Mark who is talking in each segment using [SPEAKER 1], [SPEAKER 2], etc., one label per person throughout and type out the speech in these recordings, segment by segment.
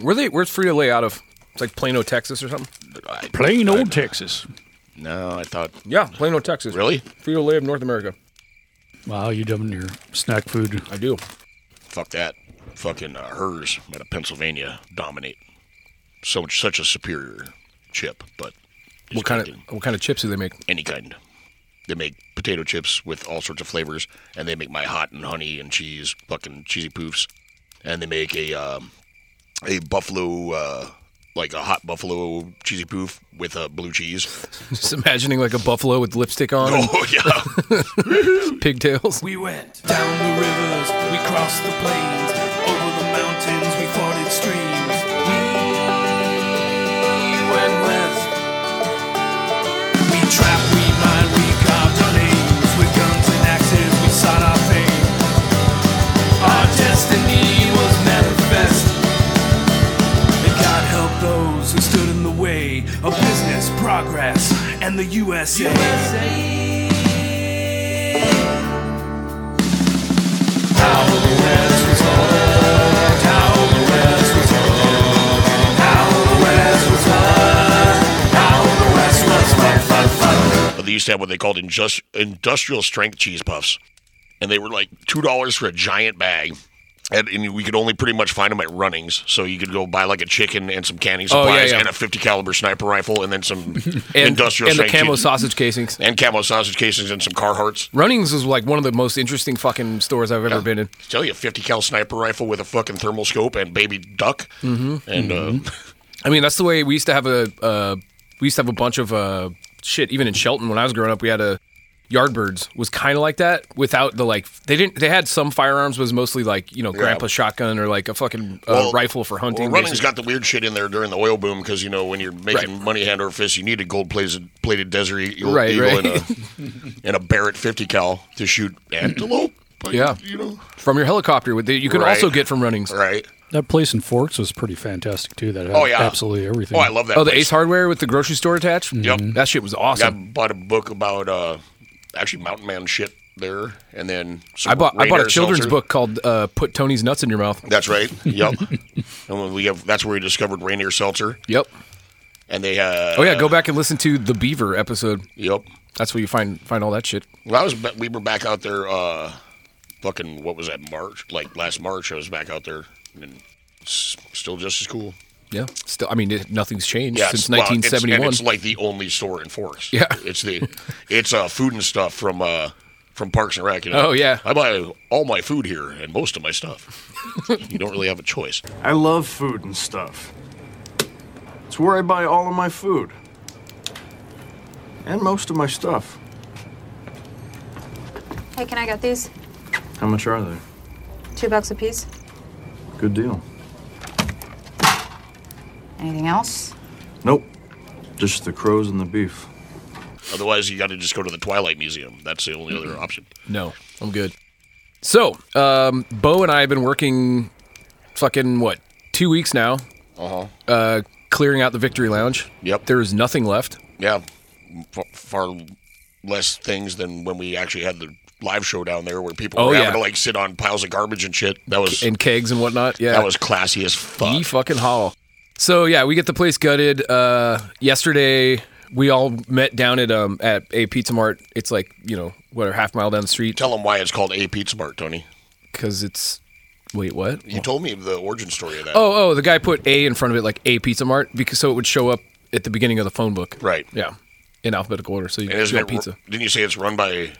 [SPEAKER 1] Where they? Where's Frito Lay out of? It's like Plano, Texas, or something.
[SPEAKER 2] I-
[SPEAKER 3] Plain old Texas.
[SPEAKER 2] no, I thought
[SPEAKER 1] Yeah, Plano, Texas.
[SPEAKER 2] really
[SPEAKER 1] Frito Lay of North America.
[SPEAKER 3] Wow, you dumbing your snack food.
[SPEAKER 1] I do.
[SPEAKER 2] fuck that. Fucking uh, hers out of Pennsylvania dominate. So such a superior chip, but
[SPEAKER 1] What kind of what kind of chips do they make?
[SPEAKER 2] any kind. They make potato chips with all sorts of flavors, and they make my hot and honey and cheese, fucking cheesy poofs, and they make a um, a buffalo uh, like a hot buffalo cheesy poof with a uh, blue cheese.
[SPEAKER 1] Just imagining like a buffalo with lipstick on
[SPEAKER 2] Oh yeah, Oh.
[SPEAKER 1] and pigtails.
[SPEAKER 4] We went down the rivers, we crossed the plains, over the mountains, we forded streams. We went west. We trapped, we mined, we carved our names with guns and axes. We sought our fame. Our destiny was manifest. And God help those who stood in the way of business, progress, and the USA.
[SPEAKER 2] Uh, they used to have what they called indus- industrial strength cheese puffs, and they were like two dollars for a giant bag. And, and we could only pretty much find them at Runnings, so you could go buy like a chicken and some canning
[SPEAKER 1] Oh, yeah,
[SPEAKER 2] supplies
[SPEAKER 1] yeah.
[SPEAKER 2] and a 50 caliber sniper rifle, and then some
[SPEAKER 1] And,
[SPEAKER 2] industrial
[SPEAKER 1] and the
[SPEAKER 2] strength
[SPEAKER 1] camo
[SPEAKER 2] cheese-
[SPEAKER 1] sausage casings.
[SPEAKER 2] and camo sausage casings and some Carhartts.
[SPEAKER 1] Runnings was like one of the most interesting fucking stores I've ever been in.
[SPEAKER 2] Tell you, a 50 cal sniper rifle with a fucking thermal scope and baby duck, mm-hmm. and uh,
[SPEAKER 1] I mean, that's the way we used to have a uh, we used to have a bunch of uh, shit. Even in Shelton, when I was growing up, we had a Yardbirds was kind of like that without the like they didn't they had some firearms was mostly like you know grandpa's shotgun or like a fucking uh,
[SPEAKER 2] Well,
[SPEAKER 1] rifle for hunting.
[SPEAKER 2] Well, running's
[SPEAKER 1] basically.
[SPEAKER 2] got the weird shit in there during the oil boom because you know when you're making
[SPEAKER 1] Right.
[SPEAKER 2] money hand over fist, you need a gold plated plated desert e-, eagle,
[SPEAKER 1] Right,
[SPEAKER 2] eagle
[SPEAKER 1] right.
[SPEAKER 2] and a and a Barrett 50 cal to shoot antelope. like,
[SPEAKER 1] Yeah.
[SPEAKER 2] you know,
[SPEAKER 1] from your helicopter with the, you can
[SPEAKER 2] Right.
[SPEAKER 1] also get from Runnings.
[SPEAKER 2] right?
[SPEAKER 3] That place in Forks was pretty fantastic too. That had
[SPEAKER 2] Oh yeah,
[SPEAKER 3] absolutely everything.
[SPEAKER 2] Oh, I love that.
[SPEAKER 1] Oh, the
[SPEAKER 2] place.
[SPEAKER 1] Ace Hardware with the grocery store attached. Mm-hmm.
[SPEAKER 2] Yep.
[SPEAKER 1] that shit was
[SPEAKER 2] I
[SPEAKER 1] awesome.
[SPEAKER 2] bought a book about uh, actually mountain man shit there, and then some
[SPEAKER 1] I bought I
[SPEAKER 2] Rain
[SPEAKER 1] bought a
[SPEAKER 2] Air
[SPEAKER 1] children's
[SPEAKER 2] Seltzer.
[SPEAKER 1] book called uh, "Put Tony's Nuts in Your Mouth."
[SPEAKER 2] That's right. Yep. and when we have that's where we discovered Rainier Seltzer,
[SPEAKER 1] Yep.
[SPEAKER 2] and they uh,
[SPEAKER 1] Oh yeah, go back and listen to the Beaver episode.
[SPEAKER 2] Yep.
[SPEAKER 1] That's where you find find all that shit.
[SPEAKER 2] Well, I was ba- we were back out there. uh Fucking what was that March? Like last March, I was back out there and s- still just as cool.
[SPEAKER 1] Yeah. Still, I mean, it, nothing's changed
[SPEAKER 2] Yeah,
[SPEAKER 1] since
[SPEAKER 2] it's- well, it's-
[SPEAKER 1] 1971.
[SPEAKER 2] and it's like the only store in Forest.
[SPEAKER 1] Yeah.
[SPEAKER 2] it's the it's uh food and stuff from uh from Parks and Rec. You know?
[SPEAKER 1] Oh, yeah.
[SPEAKER 2] I buy all my food here and most of my stuff. you don't really have a choice.
[SPEAKER 5] I love food and stuff. It's where I buy all of my food. And most of my stuff.
[SPEAKER 6] Hey, can I get these?
[SPEAKER 5] How much are they?
[SPEAKER 6] Two bucks a piece.
[SPEAKER 5] Good deal.
[SPEAKER 6] Anything else?
[SPEAKER 5] Nope. Just the crows and the beef.
[SPEAKER 2] Otherwise, you got to just go to the Twilight Museum. That's the only other option.
[SPEAKER 1] no, I'm good. So, um, Bo and I have been working fucking what two weeks now,
[SPEAKER 2] Uh huh.
[SPEAKER 1] uh, clearing out the Victory Lounge.
[SPEAKER 2] Yep.
[SPEAKER 1] There is nothing left.
[SPEAKER 2] Yeah, far, far less things than when we actually had the live show down there, where people
[SPEAKER 1] Oh,
[SPEAKER 2] were
[SPEAKER 1] yeah.
[SPEAKER 2] having to like sit on piles of garbage and shit. That was
[SPEAKER 1] and kegs and whatnot. Yeah,
[SPEAKER 2] that was classy as fuck.
[SPEAKER 1] ye fucking hollow. So yeah, we get the place gutted. Uh, yesterday we all met down at um at a Pizza Mart. It's like you know what, a half mile down the street
[SPEAKER 2] Tell them why it's called a Pizza Mart, Tony.
[SPEAKER 1] because it's wait what?
[SPEAKER 2] You told me the origin story of that.
[SPEAKER 1] Oh oh, the guy put a in front of it like a Pizza Mart because so it would show up at the beginning of the phone book.
[SPEAKER 2] right.
[SPEAKER 1] Yeah, in alphabetical order. So you
[SPEAKER 2] And
[SPEAKER 1] get
[SPEAKER 2] isn't it,
[SPEAKER 1] pizza.
[SPEAKER 2] Didn't you say it's run by?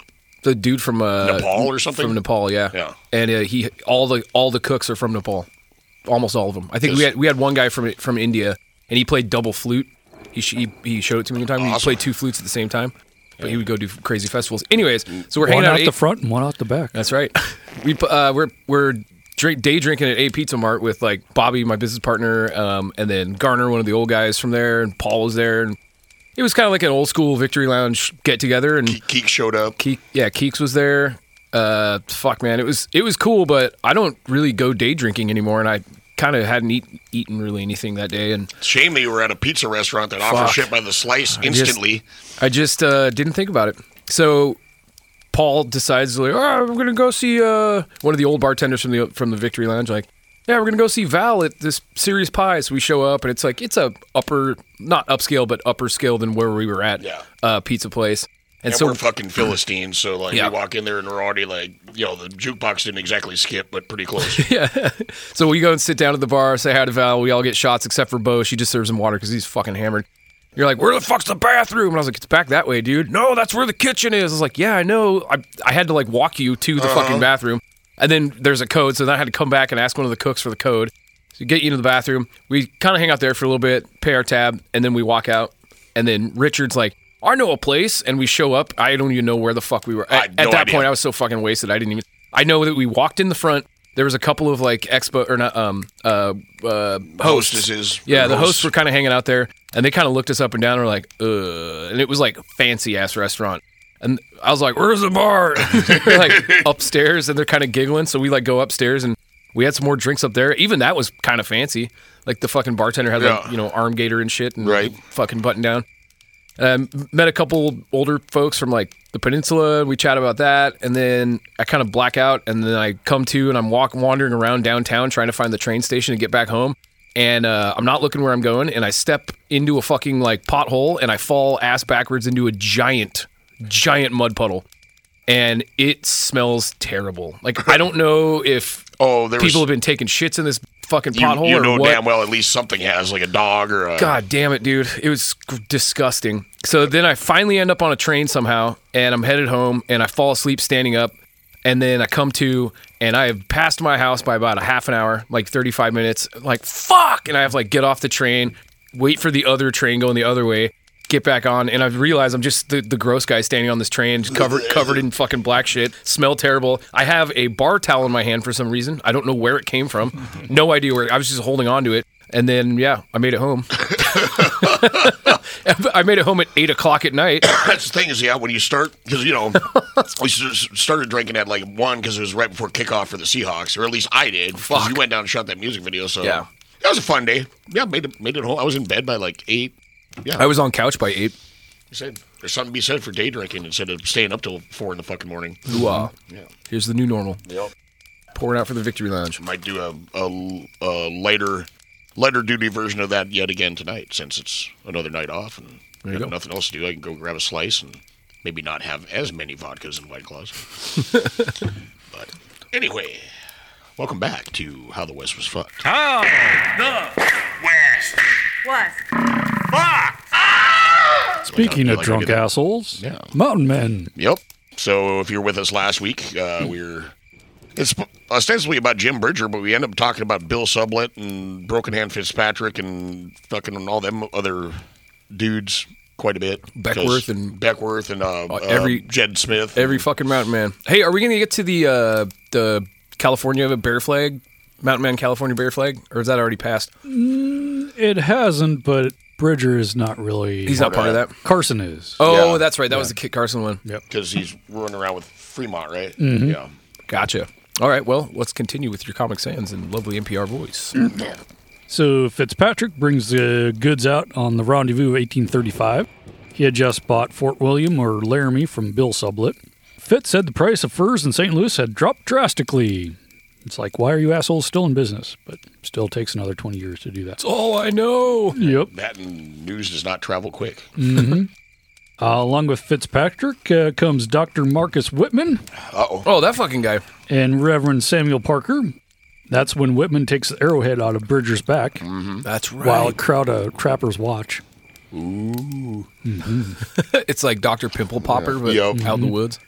[SPEAKER 1] The dude from uh,
[SPEAKER 2] Nepal or something?
[SPEAKER 1] From Nepal, yeah.
[SPEAKER 2] Yeah.
[SPEAKER 1] And uh, he all the all the cooks are from Nepal, almost all of them. I think we
[SPEAKER 2] Yes.
[SPEAKER 1] had we had one guy from from India, and he played double flute. He sh- he, he showed it to me one time. He
[SPEAKER 2] Awesome.
[SPEAKER 1] played two flutes at the same time, but he would go do crazy festivals. Anyways, so we're
[SPEAKER 3] one
[SPEAKER 1] hanging out.
[SPEAKER 3] out
[SPEAKER 1] at
[SPEAKER 3] the
[SPEAKER 1] A-
[SPEAKER 3] front and one out the back.
[SPEAKER 1] That's right. we pu- uh, we're we're drink day drinking at a Pizza Mart with like Bobby, my business partner, um, and then Garner, one of the old guys from there, and Paul was there, and it was kind of like an old school Victory Lounge get together, and.
[SPEAKER 2] Keek showed up.
[SPEAKER 1] Keek, yeah, Keeks was there. Uh, fuck, man, it was it was cool, but I don't really go day drinking anymore, and I kind of hadn't eat, eaten really anything that day, and
[SPEAKER 2] Shame that you were at a pizza restaurant that offers
[SPEAKER 1] Fuck.
[SPEAKER 2] shit by the slice instantly.
[SPEAKER 1] I just uh, didn't think about it. So Paul decides like, oh, I'm gonna go see uh, one of the old bartenders from the from the Victory Lounge. Like, yeah, we're gonna go see Val at this Serious Pie. So we show up, and it's like it's a upper, not upscale, but upper scale than where we were at.
[SPEAKER 2] Yeah.
[SPEAKER 1] Uh, pizza place. And,
[SPEAKER 2] And
[SPEAKER 1] so
[SPEAKER 2] we're fucking Philistines, so like
[SPEAKER 1] Yeah.
[SPEAKER 2] we walk in there and we're already like, you know, the jukebox didn't exactly skip, but pretty close.
[SPEAKER 1] So we go and sit down at the bar, say hi to Val. We all get shots except for Bo. She just serves him water because he's fucking hammered. You're like, where the fuck's the bathroom? And I was like, it's back that way, dude. No, that's where the kitchen is. I was like, yeah, I know. I, I had to like walk you to the
[SPEAKER 2] Uh-huh.
[SPEAKER 1] fucking bathroom. And then there's a code. So then I had to come back and ask one of the cooks for the code. So get you into the bathroom. We kind of hang out there for a little bit, pay our tab, and then we walk out. And then Richard's like, I know a place. And we show up. I don't even know where the fuck we were.
[SPEAKER 2] I
[SPEAKER 1] At,
[SPEAKER 2] had
[SPEAKER 1] at
[SPEAKER 2] no
[SPEAKER 1] that
[SPEAKER 2] idea.
[SPEAKER 1] point, I was so fucking wasted. I didn't even. I know that we walked in the front. There was a couple of like expo or not um uh uh hosts.
[SPEAKER 2] Hostesses.
[SPEAKER 1] Yeah, the hosts
[SPEAKER 2] Hosts.
[SPEAKER 1] were kind of hanging out there, and they kind of looked us up and down. and were like, uh, and it was like fancy ass restaurant. And I was like, "Where's the bar?" They're, like upstairs, and they're kind of giggling. So we like go upstairs, and we had some more drinks up there. Even that was kind of fancy. Like the fucking bartender had like
[SPEAKER 2] Yeah.
[SPEAKER 1] you know arm gaiter and shit, and
[SPEAKER 2] Right.
[SPEAKER 1] fucking button down. Um, met a couple older folks from like the peninsula. We chat about that, and then I kind of black out, and then I come to, and I'm walk wandering around downtown trying to find the train station to get back home. And uh, I'm not looking where I'm going, and I step into a fucking like pothole, and I fall ass backwards into a giant, giant mud puddle, and it smells terrible. Like I don't know if
[SPEAKER 2] Oh, there was-
[SPEAKER 1] people have been taking shits in this fucking
[SPEAKER 2] You,
[SPEAKER 1] pothole
[SPEAKER 2] you
[SPEAKER 1] or
[SPEAKER 2] know
[SPEAKER 1] what.
[SPEAKER 2] damn well at least something has, like a dog or a
[SPEAKER 1] God damn it, dude. It was g- disgusting. So then I finally end up on a train somehow, and I'm headed home, and I fall asleep standing up. And then I come to, and I have passed my house by about a half an hour, like 35 minutes. Like, fuck! And I have like get off the train, wait for the other train going the other way, get back on. And I realize I'm just the, the gross guy standing on this train, just covered, covered in fucking black shit, smell terrible. I have a bar towel in my hand for some reason. I don't know where it came from. No idea where. I was just holding on to it. And then, yeah, I made it home. I made it home at eight o'clock at night.
[SPEAKER 2] That's the thing is, yeah, when you start, because, you know, we s- started drinking at like one because it was right before kickoff for the Seahawks, or at least I did. 'cause You went down and shot that music video, so.
[SPEAKER 1] Yeah.
[SPEAKER 2] That was a fun day. Yeah, made it, made it home. I was in bed by like eight.
[SPEAKER 1] I was on couch by eight.
[SPEAKER 2] You said there's something to be said for day drinking instead of staying up till four in the fucking morning.
[SPEAKER 1] Ooh-ah. Here's the new normal.
[SPEAKER 2] Yep.
[SPEAKER 1] Pouring out for the victory lounge.
[SPEAKER 2] Might do a, a, a lighter lighter duty version of that yet again tonight since it's another night off and
[SPEAKER 1] you
[SPEAKER 2] got
[SPEAKER 1] go.
[SPEAKER 2] nothing else to do. I can go grab a slice and maybe not have as many vodkas and white claws. but anyway, welcome back to How the West Was Fucked.
[SPEAKER 6] Was.
[SPEAKER 3] Speaking
[SPEAKER 2] you
[SPEAKER 3] of
[SPEAKER 2] like to do
[SPEAKER 3] drunk
[SPEAKER 2] that?
[SPEAKER 3] assholes,
[SPEAKER 2] Yeah.
[SPEAKER 3] mountain men.
[SPEAKER 2] Yep. So if you were with us last week,
[SPEAKER 1] Hmm.
[SPEAKER 2] uh, we're it's ostensibly about Jim Bridger, but we end up talking about Bill Sublett and Broken Hand Fitzpatrick and fucking all them other dudes quite a bit.
[SPEAKER 1] Beckworth
[SPEAKER 2] 'Cause
[SPEAKER 1] and-
[SPEAKER 2] Beckworth and uh, uh,
[SPEAKER 1] every-
[SPEAKER 2] Jed Smith.
[SPEAKER 1] Every fucking mountain man. Hey, are we gonna get to the uh, the California bear flag? Mountain man California bear flag? Or is that already passed?
[SPEAKER 3] It hasn't, but Bridger is not really.
[SPEAKER 1] He's not part of that.
[SPEAKER 3] Carson is.
[SPEAKER 1] Oh,
[SPEAKER 2] Yeah.
[SPEAKER 1] that's right. That was the Kit Carson one.
[SPEAKER 2] because he's running around with Fremont, right?
[SPEAKER 1] Mm-hmm.
[SPEAKER 2] Yeah.
[SPEAKER 1] Gotcha. All right, well, let's continue with your Comic Sans and lovely NPR voice.
[SPEAKER 2] Mm.
[SPEAKER 3] So Fitzpatrick brings the goods out on the rendezvous of 1835. He had just bought Fort William or Laramie from Bill Sublett. Fitz said the price of furs in St. Louis had dropped drastically. It's like, why are you assholes still in business? But still takes another 20 years to do that.
[SPEAKER 1] oh, I know.
[SPEAKER 3] Yep.
[SPEAKER 2] That and news does not travel quick.
[SPEAKER 3] Uh, along with Fitzpatrick uh, comes Dr. Marcus Whitman
[SPEAKER 1] Oh, that fucking guy.
[SPEAKER 3] and Reverend Samuel Parker. That's when Whitman takes the arrowhead out of Bridger's back
[SPEAKER 1] That's right.
[SPEAKER 3] while a crowd of trappers watch.
[SPEAKER 1] it's like Dr. Pimple Popper, but
[SPEAKER 2] Yep.
[SPEAKER 1] out in the woods.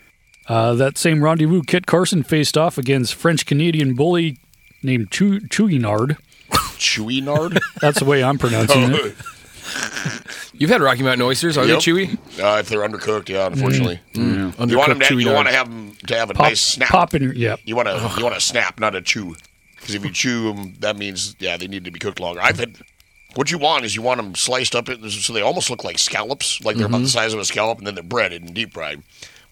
[SPEAKER 3] Uh, that same rendezvous, Kit Carson faced off against French Canadian bully named Chu- Chouinard.
[SPEAKER 2] Chewy Nard?
[SPEAKER 3] That's the way I'm pronouncing
[SPEAKER 2] Oh,
[SPEAKER 3] it.
[SPEAKER 2] Uh,
[SPEAKER 1] You've had Rocky Mountain oysters, are
[SPEAKER 2] Yep.
[SPEAKER 1] they chewy?
[SPEAKER 2] uh, if they're undercooked, yeah, unfortunately. You want
[SPEAKER 1] Mm-hmm. Undercooked
[SPEAKER 2] them to, you
[SPEAKER 1] Nard.
[SPEAKER 2] want to have 'em to have a
[SPEAKER 3] Pop,
[SPEAKER 2] nice snap.
[SPEAKER 3] pop in, yep.
[SPEAKER 2] You want to you want to snap, not a chew, because if you chew them, that means yeah, they need to be cooked longer. I've had what you want is you want them sliced up it- so they almost look like scallops, like they're about
[SPEAKER 1] Mm-hmm.
[SPEAKER 2] the size of a scallop, and then they're breaded and deep fried.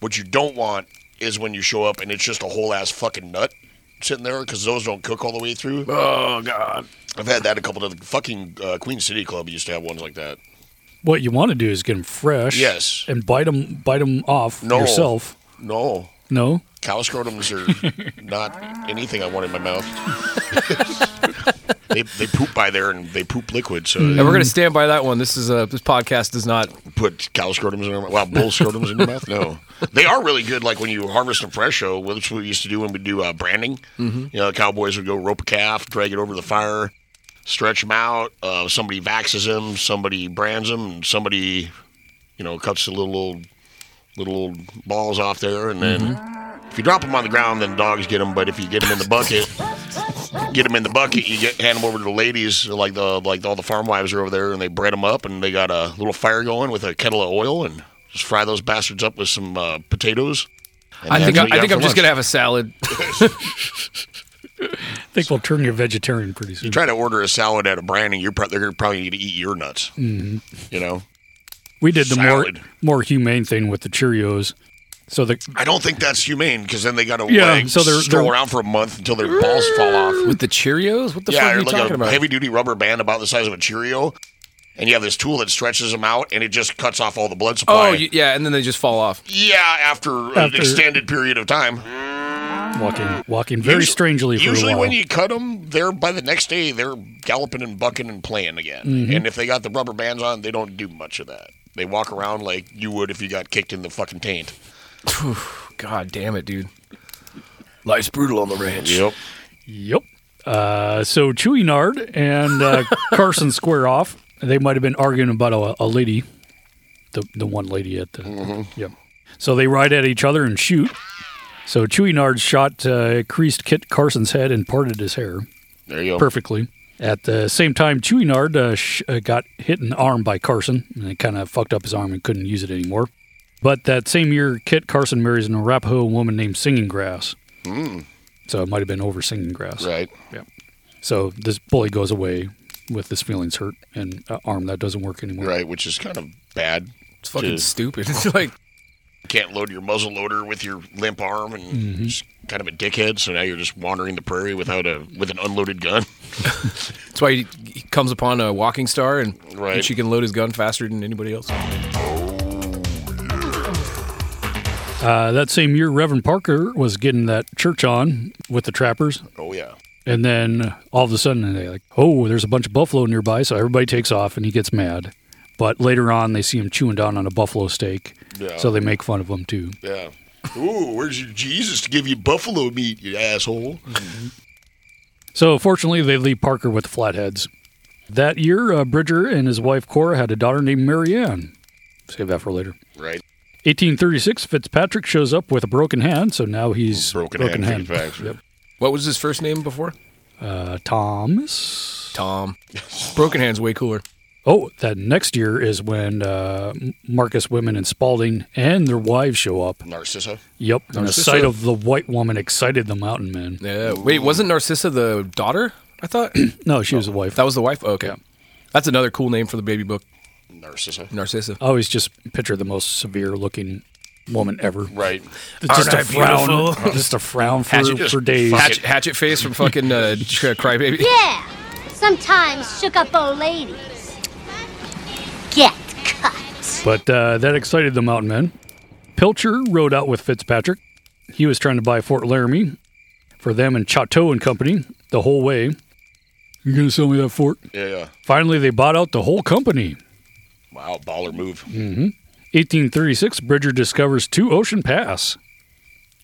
[SPEAKER 2] What you don't want is when you show up and it's just a whole ass fucking nut sitting there because those don't cook all the way through.
[SPEAKER 1] Oh, God.
[SPEAKER 2] I've had that a couple of the fucking uh, Queen City Club used to have ones like that.
[SPEAKER 3] What you want to do is get them fresh.
[SPEAKER 2] Yes.
[SPEAKER 3] And bite them, bite 'em off
[SPEAKER 2] No.
[SPEAKER 3] yourself.
[SPEAKER 2] No,
[SPEAKER 3] No?
[SPEAKER 2] Cow scrotums are not anything I want in my mouth. they, they poop by there and they poop liquid, so
[SPEAKER 1] And we're gonna stand by that one. This is a this podcast does not.
[SPEAKER 2] put cow scrotums in your mouth. Well, bull scrotums in your mouth? No. They are really good, like when you harvest them fresh, though, which we used to do when we do uh, branding. You know, the cowboys would go rope a calf, drag it over the fire, stretch them out. Uh, somebody vaxes them, somebody brands them, and somebody, you know, cuts the little old, little old balls off there. And then if you drop them on the ground, then dogs get them. But if you get them in the bucket, get them in the bucket. You get hand them over to the ladies, like the like all the farm wives are over there, and they bread them up, and they got a little fire going with a kettle of oil, and just fry those bastards up with some uh, potatoes. And
[SPEAKER 1] I
[SPEAKER 2] that's
[SPEAKER 1] think I,
[SPEAKER 2] what you
[SPEAKER 1] I
[SPEAKER 2] got
[SPEAKER 1] think
[SPEAKER 2] for
[SPEAKER 1] I'm just
[SPEAKER 2] lunch.
[SPEAKER 1] gonna have a salad.
[SPEAKER 3] I think we'll turn you vegetarian pretty soon.
[SPEAKER 2] try to order a salad at a brand, and you're pro- they're gonna probably need to eat your nuts.
[SPEAKER 1] Mm-hmm.
[SPEAKER 2] You know,
[SPEAKER 3] We did the
[SPEAKER 2] Salad.
[SPEAKER 3] more more humane thing with the Cheerios. So the
[SPEAKER 2] I don't think that's humane because then they got to
[SPEAKER 3] Yeah,
[SPEAKER 2] like,
[SPEAKER 3] so they're-
[SPEAKER 2] stroll
[SPEAKER 3] they're-
[SPEAKER 2] around for a month until their balls fall off.
[SPEAKER 1] With the Cheerios? What the
[SPEAKER 2] yeah,
[SPEAKER 1] fuck are
[SPEAKER 2] or
[SPEAKER 1] you
[SPEAKER 2] like
[SPEAKER 1] talking
[SPEAKER 2] a
[SPEAKER 1] about?
[SPEAKER 2] heavy duty rubber band about the size of a Cheerio. And you have this tool that stretches them out, and it just cuts off all the blood supply.
[SPEAKER 1] oh, y yeah, and then they just fall off.
[SPEAKER 2] Yeah, after, an
[SPEAKER 3] After-
[SPEAKER 2] extended period of time.
[SPEAKER 3] walking walking very
[SPEAKER 2] Usu-
[SPEAKER 3] strangely for
[SPEAKER 2] Usually,
[SPEAKER 3] a while.
[SPEAKER 2] when you cut them, they're by the next day they're galloping and bucking and playing again.
[SPEAKER 3] Mm-hmm.
[SPEAKER 2] And if they got the rubber bands on, they don't do much of that. They walk around like you would if you got kicked in the fucking taint.
[SPEAKER 1] God damn it, dude. Life's brutal on the ranch.
[SPEAKER 2] Yep.
[SPEAKER 3] Yep. Uh, so Chewy Nard and uh, Carson square off. They might have been arguing about a, a lady, the the one lady at the. Yep. So they ride at each other and shoot. So Chewy Nard shot uh, creased Kit Carson's head and parted his hair
[SPEAKER 2] There you go.
[SPEAKER 3] perfectly. At the same time, Chewy Nard uh, sh- uh, got hit in the arm by Carson and it kind of fucked up his arm and couldn't use it anymore. But that same year, Kit Carson marries an Arapaho woman named Singing Grass. So it might have been over Singing Grass.
[SPEAKER 2] Right.
[SPEAKER 3] So this bully goes away with his feelings hurt and uh, arm that doesn't work anymore.
[SPEAKER 2] Right. Which is kind of bad.
[SPEAKER 1] It's fucking
[SPEAKER 2] Dude.
[SPEAKER 1] stupid. It's like
[SPEAKER 2] Can't load your muzzle loader with your limp arm and
[SPEAKER 1] Mm-hmm.
[SPEAKER 2] just kind of a dickhead. So now you're just wandering the prairie without a with an unloaded gun.
[SPEAKER 1] that's why he, he comes upon a walking star and,
[SPEAKER 2] Right.
[SPEAKER 1] and she can load his gun faster than anybody else.
[SPEAKER 3] Uh, that same year, Reverend Parker was getting that church on with the trappers,
[SPEAKER 2] Oh yeah.
[SPEAKER 3] and then all of a sudden they like, oh, there's a bunch of buffalo nearby, so everybody takes off, and he gets mad. But later on, they see him chewing down on a buffalo steak,
[SPEAKER 2] Yeah.
[SPEAKER 3] so they make fun of him too.
[SPEAKER 2] Yeah. Ooh, where's your Jesus to give you buffalo meat, you asshole?
[SPEAKER 3] So fortunately, they leave Parker with the flatheads. That year, uh, Bridger and his wife Cora had a daughter named Marianne. Save that for later.
[SPEAKER 2] Right.
[SPEAKER 3] 1836, Fitzpatrick shows up with a broken hand, so now he's
[SPEAKER 2] Broken hand, Fitzpatrick.
[SPEAKER 1] What was his first name before?
[SPEAKER 3] Uh, Thomas.
[SPEAKER 1] Tom. Broken Hand's way cooler.
[SPEAKER 3] Oh, that next year is when uh, Marcus Women and Spalding and their wives show up.
[SPEAKER 2] Narcissa.
[SPEAKER 3] Yep, and the
[SPEAKER 1] Narcissa.
[SPEAKER 3] sight of the white woman excited the mountain men.
[SPEAKER 1] Yeah. Wait, wasn't Narcissa the daughter? I thought
[SPEAKER 3] No, she was
[SPEAKER 2] Oh.
[SPEAKER 3] the wife.
[SPEAKER 1] that was the wife. okay, that's another cool name for the baby book,
[SPEAKER 2] Narcissa.
[SPEAKER 1] Narcissa.
[SPEAKER 2] Uh,
[SPEAKER 3] I always just picture the most severe looking woman ever.
[SPEAKER 2] Right.
[SPEAKER 3] Just
[SPEAKER 1] Aren't
[SPEAKER 3] a
[SPEAKER 1] I
[SPEAKER 3] frown, just a frown for,
[SPEAKER 1] Hatchet-
[SPEAKER 3] for days.
[SPEAKER 1] Hatchet, hatchet face from fucking uh, Crybaby.
[SPEAKER 7] Yeah, sometimes shook up old ladies. Get cut.
[SPEAKER 3] But uh, that excited the mountain men. Pilcher rode out with Fitzpatrick. He was trying to buy Fort Laramie for them and Chateau and Company the whole way. You gonna sell me that fort?
[SPEAKER 2] Yeah, yeah.
[SPEAKER 3] Finally, they bought out the whole company.
[SPEAKER 2] Wow, baller move.
[SPEAKER 3] 1836, Bridger discovers Two Ocean Pass.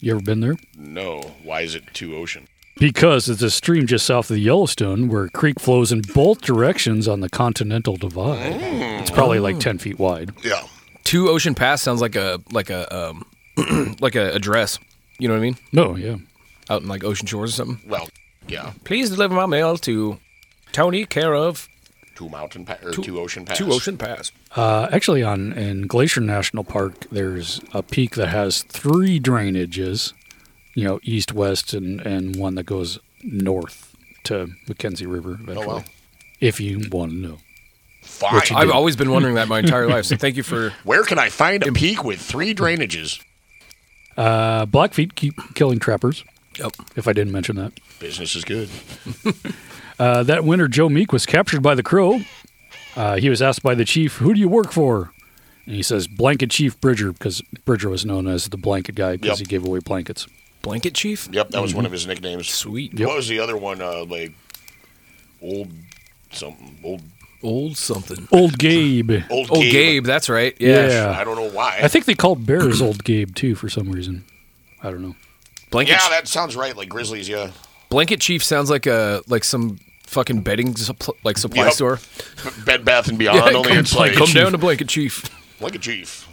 [SPEAKER 3] You ever been there?
[SPEAKER 2] No. Why is it two ocean?
[SPEAKER 3] Because it's a stream just south of the Yellowstone where a creek flows in both directions on the Continental Divide. It's probably like 10 feet wide.
[SPEAKER 2] Yeah.
[SPEAKER 1] Two Ocean Pass sounds like a like a um, like a address. You know what I mean?
[SPEAKER 3] No, yeah.
[SPEAKER 1] Out in like Ocean Shores or something.
[SPEAKER 2] Well, yeah.
[SPEAKER 1] Please deliver my mail to Tony, care of
[SPEAKER 2] Two mountain pa- or two, ocean pass.
[SPEAKER 1] Two Ocean Pass.
[SPEAKER 3] Uh, actually, on in Glacier National Park, there's a peak that has three drainages, you know, east, west, and, and one that goes north to Mackenzie River eventually.
[SPEAKER 2] Oh, wow.
[SPEAKER 3] If you want to know.
[SPEAKER 2] Fine.
[SPEAKER 1] I've always been wondering that my entire life. So thank you for
[SPEAKER 2] Where can I find a peak with three drainages?
[SPEAKER 3] Uh, Blackfeet keep killing trappers,
[SPEAKER 1] yep.
[SPEAKER 3] if I didn't mention that.
[SPEAKER 2] Business is good.
[SPEAKER 3] Uh, that winter, Joe Meek was captured by the Crow. Uh, he was asked by the chief, Who do you work for? And he says Blanket Chief Bridger because Bridger was known as the blanket guy because
[SPEAKER 2] Yep.
[SPEAKER 3] he gave away blankets.
[SPEAKER 1] Blanket Chief?
[SPEAKER 2] Yep, that was one of his nicknames.
[SPEAKER 1] Sweet.
[SPEAKER 2] What was the other one? Uh, like old something, old
[SPEAKER 1] Old something.
[SPEAKER 3] Old Gabe.
[SPEAKER 2] old,
[SPEAKER 1] Old
[SPEAKER 2] Gabe.
[SPEAKER 1] Gabe, that's right.
[SPEAKER 3] Yeah.
[SPEAKER 1] Yeah.
[SPEAKER 2] I don't know why.
[SPEAKER 3] I think they called bears Old Gabe too for some reason. I don't know.
[SPEAKER 1] Blanket
[SPEAKER 2] yeah, that sounds right. Like Grizzlies. Yeah,
[SPEAKER 1] Blanket Chief sounds like a like some fucking bedding supp- like supply
[SPEAKER 2] Yep.
[SPEAKER 1] store.
[SPEAKER 2] Bed Bath and Beyond. only
[SPEAKER 1] come,
[SPEAKER 2] it's like
[SPEAKER 1] come down to Blanket Chief.
[SPEAKER 2] like a chief.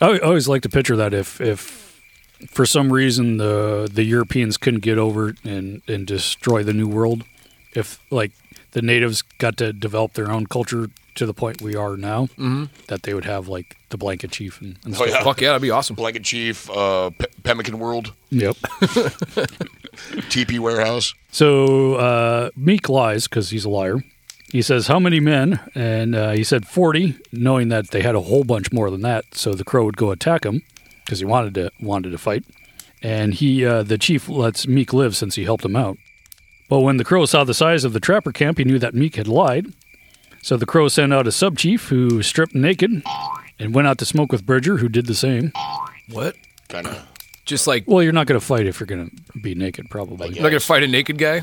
[SPEAKER 3] I always like to picture that if if for some reason the the Europeans couldn't get over and and destroy the New World, if like the natives got to develop their own culture to the point we are now, mm that they would have like the blanket chief and, and
[SPEAKER 2] Oh
[SPEAKER 3] stuff.
[SPEAKER 2] yeah,
[SPEAKER 1] Fuck yeah, that'd be awesome.
[SPEAKER 2] Blanket Chief, uh, P- Pemmican World,
[SPEAKER 3] Yep.
[SPEAKER 2] TP Warehouse.
[SPEAKER 3] So uh, Meek lies because he's a liar. He says, How many men? And uh, he said 40, knowing that they had a whole bunch more than that. So the crow would go attack him because he wanted to wanted to fight. And he, uh, the chief lets Meek live since he helped him out. But when the crow saw the size of the trapper camp, he knew that Meek had lied. So the crow sent out a sub chief who stripped naked and went out to smoke with Bridger, who did the same.
[SPEAKER 1] What?
[SPEAKER 2] Kind of.
[SPEAKER 1] Just like
[SPEAKER 3] Well, you're not going to fight if you're going to be naked, probably.
[SPEAKER 1] you're not gonna fight a naked guy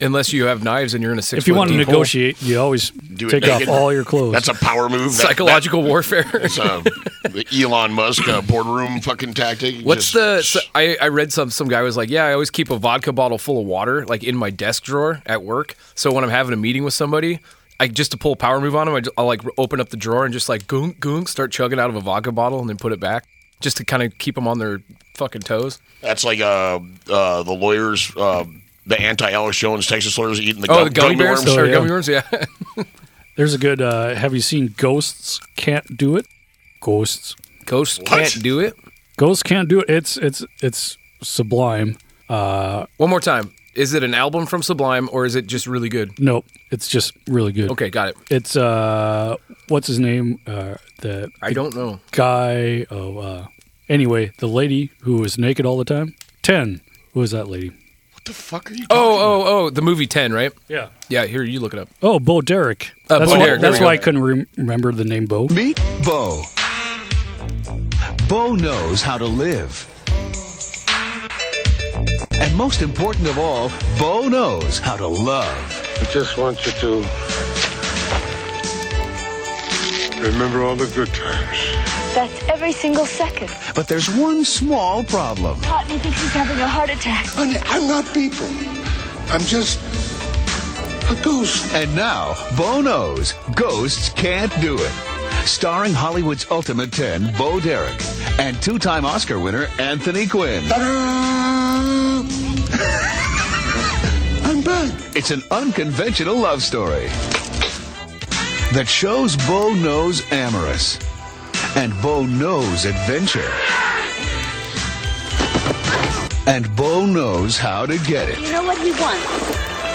[SPEAKER 1] unless you have knives and you're in a six.
[SPEAKER 3] If you
[SPEAKER 1] foot
[SPEAKER 3] want to
[SPEAKER 1] deep hole.
[SPEAKER 3] negotiate, you always
[SPEAKER 2] it
[SPEAKER 3] take off
[SPEAKER 2] naked.
[SPEAKER 3] all your clothes.
[SPEAKER 2] That's a power move. That-
[SPEAKER 1] psychological warfare.
[SPEAKER 2] That's uh, the Elon Musk uh, boardroom fucking tactic.
[SPEAKER 1] What's
[SPEAKER 2] Just-
[SPEAKER 1] the? So I, I read some some guy was like, yeah, I always keep a vodka bottle full of water like in my desk drawer at work. So when I'm having a meeting with somebody, I just to pull a power move on them, I will like open up the drawer and just like goong goong start chugging out of a vodka bottle and then put it back just to kind of keep them on their fucking toes.
[SPEAKER 2] That's like uh, uh, the lawyers, uh, the anti Alex Jones Texas lawyers eating the,
[SPEAKER 1] Oh,
[SPEAKER 2] gum-
[SPEAKER 1] the gummy
[SPEAKER 2] gummy
[SPEAKER 1] bears
[SPEAKER 2] worms.
[SPEAKER 1] or
[SPEAKER 3] yeah.
[SPEAKER 1] gummy worms, yeah.
[SPEAKER 3] There's a good. Uh, have you seen Ghosts Can't Do It? Ghosts.
[SPEAKER 1] Ghosts can't do it.
[SPEAKER 3] Ghosts can't do it. It's it's it's sublime.
[SPEAKER 1] One more time. Is it an album from Sublime or is it just really good?
[SPEAKER 3] Nope. It's just really good.
[SPEAKER 1] Okay, got it.
[SPEAKER 3] It's uh, what's his name? Uh, the
[SPEAKER 1] I don't know.
[SPEAKER 3] guy. Oh, uh, anyway, the lady who was naked all the time. Ten. Who was that lady?
[SPEAKER 2] What the fuck are you?
[SPEAKER 1] Oh, oh, oh, the movie 10, right?
[SPEAKER 3] Yeah.
[SPEAKER 1] Yeah, here, you look it up.
[SPEAKER 3] Oh, Bo Derek.
[SPEAKER 1] Uh,
[SPEAKER 3] that's
[SPEAKER 1] Bo
[SPEAKER 3] why,
[SPEAKER 1] Derek, there
[SPEAKER 3] that's
[SPEAKER 1] we
[SPEAKER 3] why I
[SPEAKER 1] go.
[SPEAKER 3] couldn't rem remember the name Bo.
[SPEAKER 8] Meet Bo. Bo knows how to live. And most important of all, Bo knows how to love.
[SPEAKER 9] I just want you to remember all the good times.
[SPEAKER 10] That's every single second.
[SPEAKER 8] But there's one small problem.
[SPEAKER 10] Putney thinks he's having a heart attack.
[SPEAKER 9] Honey, I'm not people. I'm just a ghost.
[SPEAKER 8] And now, Bo knows ghosts can't do it. Starring Hollywood's Ultimate 10, Bo Derek, and two time Oscar winner Anthony Quinn.
[SPEAKER 9] Ta-da! I'm back.
[SPEAKER 8] It's an unconventional love story that shows Bo knows amorous and Bo knows adventure. And Bo knows how to get it.
[SPEAKER 7] You know what he wants?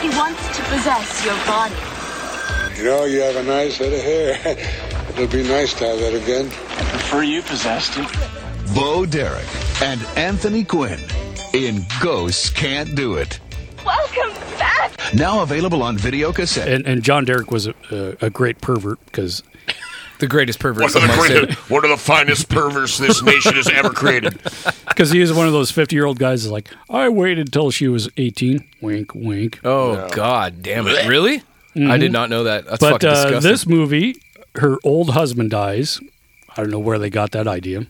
[SPEAKER 7] He wants to possess your body.
[SPEAKER 9] You know, you have a nice head of hair. It'll be nice to have that again.
[SPEAKER 8] Bo Derek and Anthony Quinn in Ghosts Can't Do It.
[SPEAKER 10] Welcome back!
[SPEAKER 8] Now available on video cassette.
[SPEAKER 3] And and John Derek was a, a, a great pervert because
[SPEAKER 1] The greatest pervert.
[SPEAKER 2] One of,
[SPEAKER 1] some
[SPEAKER 2] the
[SPEAKER 1] might say.
[SPEAKER 2] greatest, one of the finest perverts this nation has ever created.
[SPEAKER 3] Because he was one of those 50 year old guys that's like, I waited till she was 18. Wink, wink.
[SPEAKER 1] Oh God, damn it! Really? I did not know that. That's
[SPEAKER 3] Mm-hmm. but
[SPEAKER 1] fucking
[SPEAKER 3] uh,
[SPEAKER 1] disgusting.
[SPEAKER 3] this movie, her old husband dies. I don't know where they got that idea.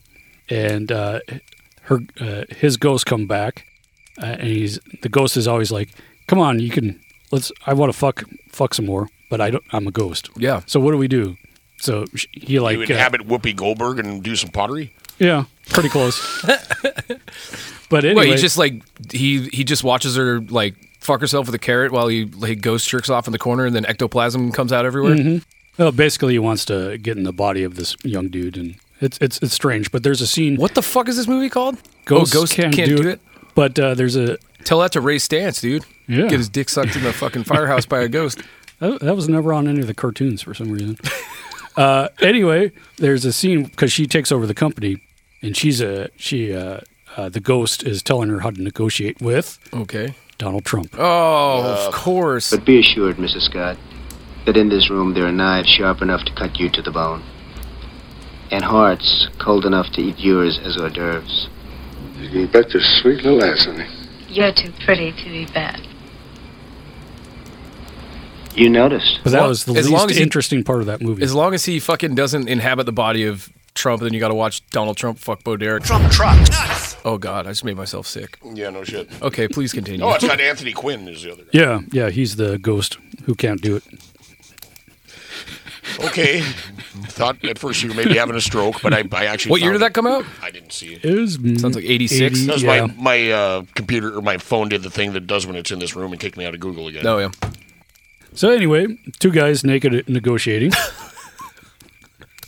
[SPEAKER 3] And uh, her, uh, his ghost come back, uh, and he's the ghost is always like, "Come on, you can let's. I want to fuck fuck some more, but I don't. I'm a ghost.
[SPEAKER 1] Yeah.
[SPEAKER 3] So what do we do? So sh- he like
[SPEAKER 2] You
[SPEAKER 3] uh,
[SPEAKER 2] inhabit Whoopi Goldberg and do some pottery.
[SPEAKER 3] yeah, pretty close. but anyway,
[SPEAKER 1] Wait, he just like he he just watches her like fuck herself with a carrot while he like ghost jerks off in the corner, and then ectoplasm comes out everywhere.
[SPEAKER 3] Mm-hmm. Well, basically, he wants to get in the body of this young dude, and it's it's it's strange. But there's a scene.
[SPEAKER 1] What the fuck is this movie called?
[SPEAKER 3] Ghosts
[SPEAKER 1] oh, Ghost
[SPEAKER 3] can't, do, it. But uh, there's a
[SPEAKER 1] Tell that to Ray Stance, dude.
[SPEAKER 3] Yeah.
[SPEAKER 1] Get his dick sucked in the fucking firehouse by a ghost.
[SPEAKER 3] that, that was never on any of the cartoons for some reason. uh, anyway, there's a scene because she takes over the company, and she's a she uh, uh, the ghost is telling her how to negotiate with
[SPEAKER 1] Okay.
[SPEAKER 3] Donald Trump.
[SPEAKER 1] Oh,
[SPEAKER 2] Uh,
[SPEAKER 1] of course.
[SPEAKER 11] But be assured, Mrs. Scott, that in this room there are knives sharp enough to cut you to the bone. and hearts cold enough to eat yours as hors d'oeuvres.
[SPEAKER 9] You can bet your sweet little ass on it.
[SPEAKER 7] You're too pretty to be bad.
[SPEAKER 11] You noticed.
[SPEAKER 3] But that was the
[SPEAKER 1] as
[SPEAKER 3] least
[SPEAKER 1] long as he-
[SPEAKER 3] interesting part of that movie.
[SPEAKER 1] As long as he fucking doesn't inhabit the body of Trump, then you got to watch Donald Trump fuck Bo Derek. Trump Trump. Oh God, I just made myself sick.
[SPEAKER 2] Yeah, no shit.
[SPEAKER 1] Okay, please continue.
[SPEAKER 2] Oh, it's got Anthony Quinn is the other guy.
[SPEAKER 3] yeah, yeah, he's the ghost who can't do it.
[SPEAKER 2] Okay. Thought at first you were maybe having a stroke, but I, I actually.
[SPEAKER 1] What year did
[SPEAKER 2] found
[SPEAKER 1] that come out?
[SPEAKER 2] I didn't see it.
[SPEAKER 3] It was
[SPEAKER 1] Sounds like 86.
[SPEAKER 2] That was
[SPEAKER 1] yeah.
[SPEAKER 2] my my uh, computer or my phone did the thing that does when it's in this room and kicked me out of Google again.
[SPEAKER 1] Oh, yeah.
[SPEAKER 3] So anyway, two guys naked at negotiating.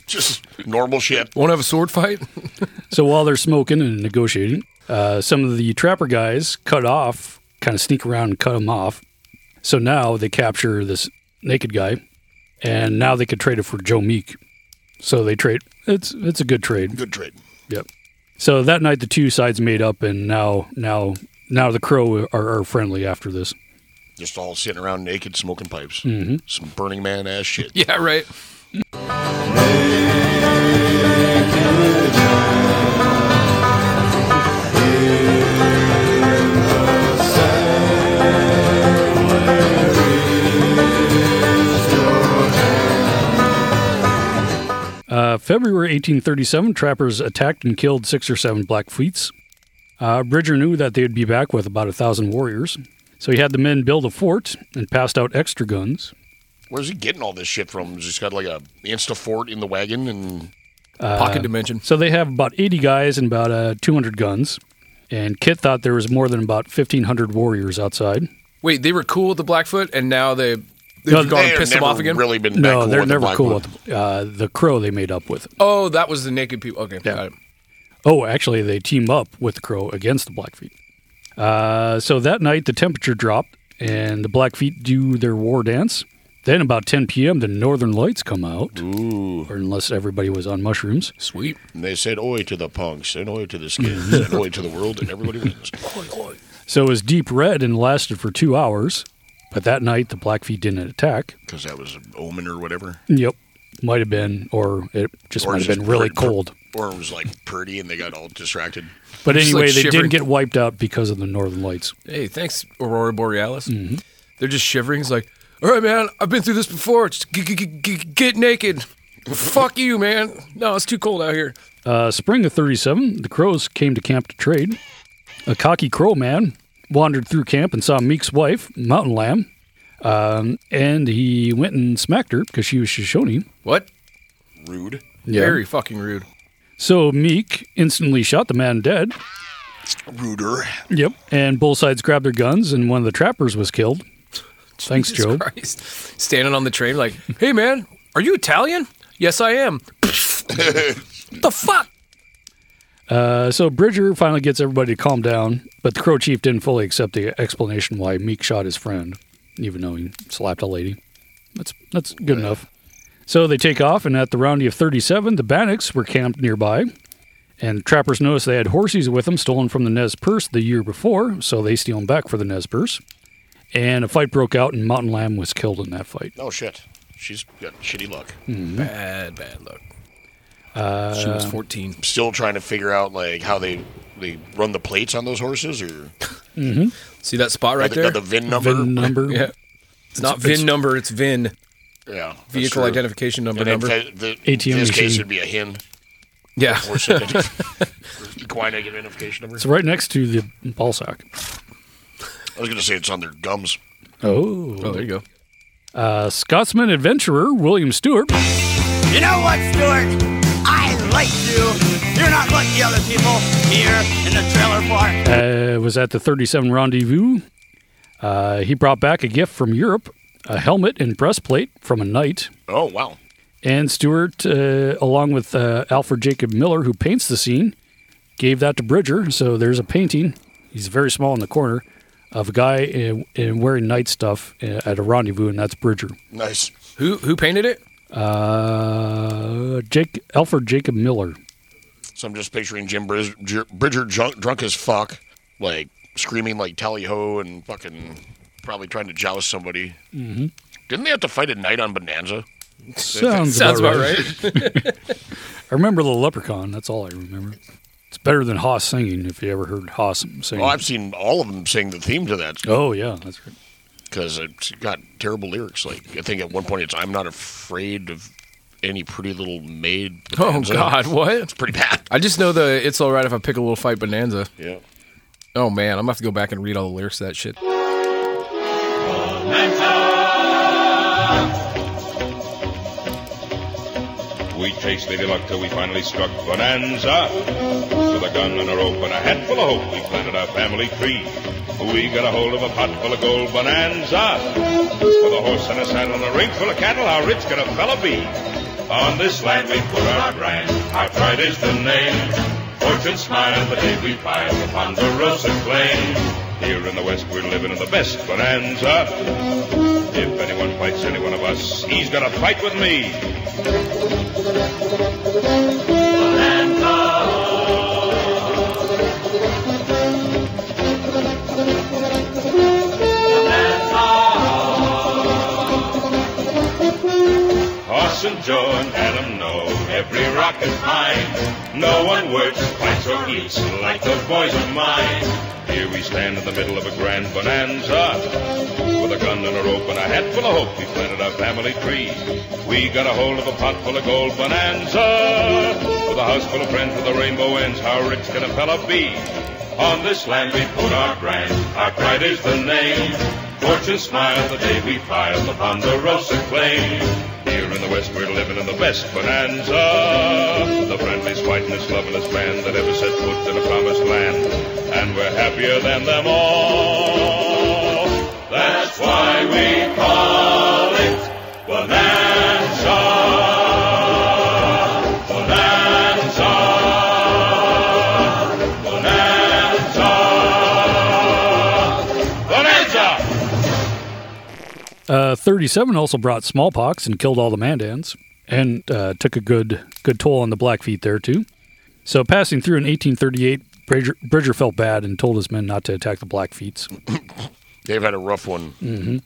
[SPEAKER 2] Just normal shit.
[SPEAKER 1] Won't have a sword fight.
[SPEAKER 3] so while they're smoking and negotiating, uh, some of the trapper guys cut off, kind of sneak around and cut him off. So now they capture this naked guy, and now they could trade it for Joe Meek. So they trade. It's it's a good trade.
[SPEAKER 2] Good trade.
[SPEAKER 3] Yep. So that night the two sides made up, and now now now the crow are, are friendly after this.
[SPEAKER 2] Just all sitting around naked, smoking pipes.
[SPEAKER 3] Mhm.
[SPEAKER 2] Some Burning Man ass shit.
[SPEAKER 1] Mm-hmm. Yeah, right.
[SPEAKER 3] Uh, February 1837, trappers attacked and killed six or seven Blackfeets. Uh, Bridger knew that they'd be back with about a thousand warriors, so he had the men build a fort and passed out extra guns.
[SPEAKER 2] Where's he getting all this shit from? He's just got like a Insta fort in the wagon and
[SPEAKER 3] Uh,
[SPEAKER 1] Pocket dimension.
[SPEAKER 3] So they have about 80 guys and about uh, 200 guns. And Kit thought there was more than about 1,500 warriors outside.
[SPEAKER 1] Wait, they were cool with the Blackfoot, and now they they've
[SPEAKER 3] No,
[SPEAKER 1] gone
[SPEAKER 3] they
[SPEAKER 1] and
[SPEAKER 3] are
[SPEAKER 1] pissed them
[SPEAKER 2] never
[SPEAKER 1] off again.
[SPEAKER 2] really been
[SPEAKER 3] No, they're never cool with uh, the crow they made up with.
[SPEAKER 1] Oh, that was the naked people. Okay, got it.
[SPEAKER 3] Oh, actually, they team up with the Crow against the Blackfeet. Uh, so that night, the temperature dropped, and the Blackfeet do their war dance. Then, about 10 p.m., the Northern Lights come out.
[SPEAKER 2] Ooh.
[SPEAKER 3] Or unless everybody was on mushrooms.
[SPEAKER 1] Sweet.
[SPEAKER 2] And they said oi to the punks and oi to the skins and oi to the world and everybody wins.
[SPEAKER 3] So it was deep red and lasted for two hours. But that night, the Blackfeet didn't attack.
[SPEAKER 2] Because that was an omen or whatever.
[SPEAKER 3] Yep. Might have been, or it just
[SPEAKER 2] Or
[SPEAKER 3] might have
[SPEAKER 2] just
[SPEAKER 3] been really
[SPEAKER 2] pretty-
[SPEAKER 3] cold.
[SPEAKER 2] Or it was like pretty and they got all distracted.
[SPEAKER 1] Just, like,
[SPEAKER 3] But anyway, they
[SPEAKER 1] shivering.
[SPEAKER 3] didn't get wiped out because of the Northern Lights.
[SPEAKER 1] Hey, thanks, Aurora Borealis.
[SPEAKER 3] Mm-hmm.
[SPEAKER 1] They're just shivering. It's like, all right, man, I've been through this before. Just g- g- g- g- get naked. Fuck you, man. No, it's too cold out here.
[SPEAKER 3] Uh, spring of 37, the Crows came to camp to trade. A cocky Crow man wandered through camp and saw Meek's wife, Mountain Lamb, um, and he went and smacked her because she was Shoshone.
[SPEAKER 1] What?
[SPEAKER 2] Rude.
[SPEAKER 3] Yeah.
[SPEAKER 1] Very fucking rude.
[SPEAKER 3] So Meek instantly shot the man dead.
[SPEAKER 2] Ruder.
[SPEAKER 3] Yep. And both sides grabbed their guns, and one of the trappers was killed. Thanks,
[SPEAKER 1] Jesus
[SPEAKER 3] Joe.
[SPEAKER 1] Christ. Standing on the train, like, hey, man, are you Italian? Yes, I am. what the fuck?
[SPEAKER 3] Uh, so Bridger finally gets everybody to calm down, but the Crow Chief didn't fully accept the explanation why Meek shot his friend, even though he slapped a lady. That's that's good enough. So they take off, and at the roundy of 37, the Bannocks were camped nearby, and trappers noticed they had horses with them stolen from the Nez Perce the year before, so they steal them back for the Nez Perce. And a fight broke out, and Mountain Lamb was killed in that fight.
[SPEAKER 2] Oh shit. She's got shitty luck.
[SPEAKER 1] Bad, bad look.
[SPEAKER 3] Uh,
[SPEAKER 1] She was 14.
[SPEAKER 2] Still trying to figure out like how they they run the plates on those horses or
[SPEAKER 3] mhm.
[SPEAKER 1] See that spot right
[SPEAKER 2] got the,
[SPEAKER 1] there?
[SPEAKER 2] got the VIN number.
[SPEAKER 3] VIN number.
[SPEAKER 1] yeah. It's not VIN number, it's VIN.
[SPEAKER 2] Yeah. that's
[SPEAKER 1] Vehicle
[SPEAKER 2] true.
[SPEAKER 1] identification number
[SPEAKER 2] And in
[SPEAKER 1] number.
[SPEAKER 2] fact, the-
[SPEAKER 3] ATM
[SPEAKER 2] In this
[SPEAKER 3] machine.
[SPEAKER 2] case, it'd be a hin.
[SPEAKER 1] Yeah.
[SPEAKER 2] Horse identif- equine identification number.
[SPEAKER 3] It's right next to the ball sack.
[SPEAKER 2] I was going to say it's on their gums.
[SPEAKER 3] Oh.
[SPEAKER 1] Oh, there you go.
[SPEAKER 3] Uh, Scotsman adventurer William Stewart.
[SPEAKER 12] You know what, Stuart? I like you. You're not like the other people here in the trailer park.
[SPEAKER 3] uh, was at the 37 rendezvous. Uh, he brought back a gift from Europe a helmet and breastplate from a knight.
[SPEAKER 2] Oh wow.
[SPEAKER 3] And Stewart, uh, along with uh, Alfred Jacob Miller, who paints the scene, gave that to Bridger. So there's a painting. He's very small in the corner of a guy in, in wearing knight stuff uh, at a rendezvous, and that's Bridger.
[SPEAKER 2] Nice.
[SPEAKER 1] Who who painted it?
[SPEAKER 3] Uh, Jake Alfred Jacob Miller.
[SPEAKER 2] So I'm just picturing Jim Bridger, Bridger drunk, drunk as fuck, like screaming like tally ho and fucking probably trying to joust somebody.
[SPEAKER 3] Mhm.
[SPEAKER 1] Mm-hmm.
[SPEAKER 2] Didn't they have to fight at night on Bonanza?
[SPEAKER 3] Sounds,
[SPEAKER 1] Sounds
[SPEAKER 3] about,
[SPEAKER 1] about
[SPEAKER 3] right. I remember the Leprechaun. That's all I remember. It's better than Haas singing. If you ever heard Haas sing,
[SPEAKER 2] Oh, I've seen all of them sing the theme to that.
[SPEAKER 3] Oh, yeah, that's right.
[SPEAKER 2] Because it's got terrible lyrics. Like I think at one point it's "I'm not afraid of any pretty little maid."
[SPEAKER 1] Oh
[SPEAKER 2] bonanza."
[SPEAKER 1] God, what? It's
[SPEAKER 2] pretty bad.
[SPEAKER 1] I just know the "It's all right if I pick a little fight" bonanza.
[SPEAKER 2] Yeah.
[SPEAKER 1] Oh man, I'm gonna have to go back and read all the lyrics to that shit.
[SPEAKER 13] We chased Lady Luck till we finally struck Bonanza. With a gun and a rope and a hat full of hope, we planted our family tree. We got a hold of a pot full of gold Bonanza. With a horse and a saddle and a ring full of cattle, how rich can a fella be? On this land we put our brand, our pride is the name. Fortune smiled the day we piled the Ponderosa claim. Here in the West we're living in the best Bonanza. If anyone fights any one of us, he's gonna fight with me. Hoss and Joe and Adam know every rock is mine. No one works, fights, or eats like those boys of mine. Here we stand in the middle of a grand bonanza. With a gun and a rope and a hat full of hope, we planted our family tree. We got a hold of a pot full of gold bonanza. With a house full of friends with a rainbow ends, how rich can a fella be? On this land we put our brand, our pride is the name. Fortune smiled the day we filed the Ponderosa claim. Here in the West we're living in the best bonanza. The friendliest, whitest, loveliest band that ever set foot in the promised land. And we're happier than them all. That's why we call it Bonanza. Bonanza. Bonanza. Bonanza.
[SPEAKER 3] Uh, 37 also brought smallpox and killed all the Mandans, and uh, took a good good toll on the Blackfeet there too. So passing through in 1838, Bridger, Bridger felt bad and told his men not to attack the Blackfeets.
[SPEAKER 2] They've had a rough one.
[SPEAKER 3] hmm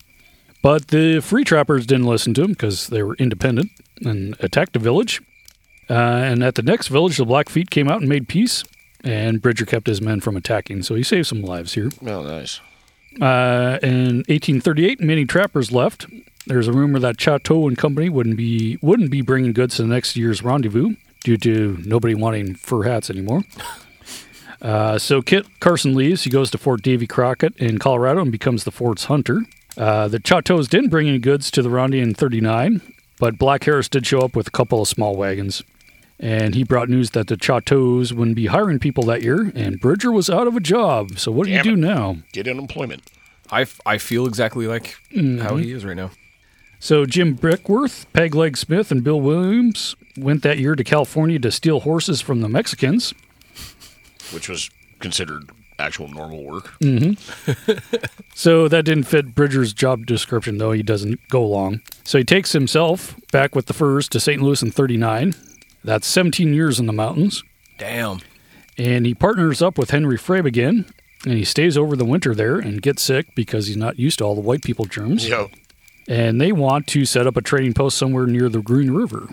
[SPEAKER 3] But the free trappers didn't listen to him because they were independent and attacked a village. Uh, and at the next village, the Blackfeet came out and made peace, and Bridger kept his men from attacking, so he saved some lives here.
[SPEAKER 2] Oh, nice.
[SPEAKER 3] Uh, in 1838, many trappers left. There's a rumor that Chateau and Company wouldn't be wouldn't be bringing goods to the next year's rendezvous due to nobody wanting fur hats anymore. Uh, so Kit Carson leaves. He goes to Fort Davy Crockett in Colorado and becomes the fort's hunter. Uh, the Choctaws didn't bring any goods to the Rondé in 39, but Black Harris did show up with a couple of small wagons. And he brought news that the Choctaws wouldn't be hiring people that year, and Bridger was out of a job. So what do you do now?
[SPEAKER 2] Get unemployment.
[SPEAKER 1] I, f- I feel exactly like how
[SPEAKER 3] Mhm.
[SPEAKER 1] he is right now.
[SPEAKER 3] So Jim Brickworth, Pegleg Smith, and Bill Williams went that year to California to steal horses from the Mexicans.
[SPEAKER 2] Which was considered actual normal work.
[SPEAKER 1] Mm.
[SPEAKER 3] hmm so that didn't fit Bridger's job description, though he doesn't go long. So he takes himself back with the furs to St. Louis in 39. That's 17 years in the mountains.
[SPEAKER 1] Damn.
[SPEAKER 3] And he partners up with Henry Frabe again, and he stays over the winter there and gets sick because he's not used to all the white people germs. And they want to set up a trading post somewhere near the Green River.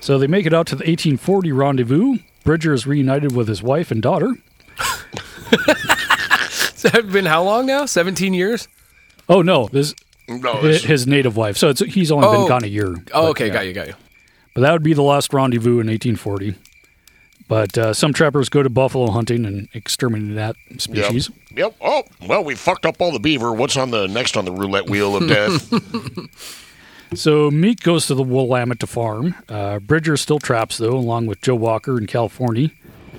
[SPEAKER 3] So they make it out to the 1840 rendezvous. Bridger is reunited with his wife and daughter.
[SPEAKER 1] Has that been how long now? 17 years?
[SPEAKER 3] Oh no, this
[SPEAKER 1] No,
[SPEAKER 3] his,
[SPEAKER 1] it's-
[SPEAKER 3] native wife. So it's, he's only
[SPEAKER 1] Oh.
[SPEAKER 3] been gone a year.
[SPEAKER 1] Oh,
[SPEAKER 3] But,
[SPEAKER 1] okay.
[SPEAKER 3] yeah.
[SPEAKER 1] Got you. Got you.
[SPEAKER 3] But that would be the last rendezvous in 1840. But uh, some trappers go to buffalo hunting and exterminate that species.
[SPEAKER 2] Yep. Yep. Oh, well, we fucked up all the beaver. What's on the next on the roulette wheel of death?
[SPEAKER 3] So Meek goes to the Willamette to farm. Uh, Bridger still traps though, along with Joe Walker in California.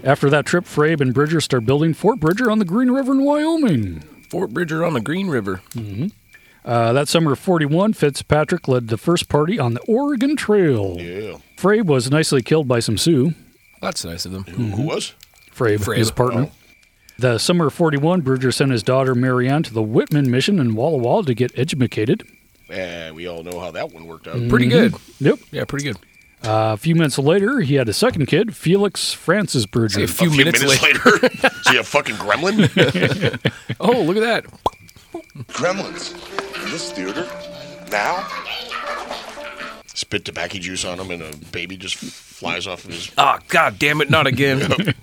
[SPEAKER 3] After that trip, Frabe and Bridger start building Fort Bridger on the Green River in Wyoming.
[SPEAKER 1] Fort Bridger on the Green River.
[SPEAKER 3] hmm Uh, that summer of 41, Fitzpatrick led the first party on the Oregon Trail.
[SPEAKER 2] Yeah.
[SPEAKER 3] Frabe was nicely killed by some Sioux.
[SPEAKER 1] That's nice of them.
[SPEAKER 2] Who was?
[SPEAKER 3] Frabe,
[SPEAKER 1] Frabe.
[SPEAKER 3] his partner. The summer of 41, Bridger sent his daughter Marianne to the Whitman Mission in Walla Walla to get educated.
[SPEAKER 2] Eh, we all know how that one worked out.
[SPEAKER 1] Mm-hmm.
[SPEAKER 3] Mhm. Yep.
[SPEAKER 1] Yeah, pretty good.
[SPEAKER 3] Uh, a few minutes later, he had a second kid, Felix Francis Bridger.
[SPEAKER 2] later. See a fucking gremlin?
[SPEAKER 1] oh, look at that.
[SPEAKER 9] Gremlins. In this theater? Now?
[SPEAKER 2] spit tobacco juice on him, and a baby just flies off of his.
[SPEAKER 1] Ah, god damn it, not again.
[SPEAKER 3] It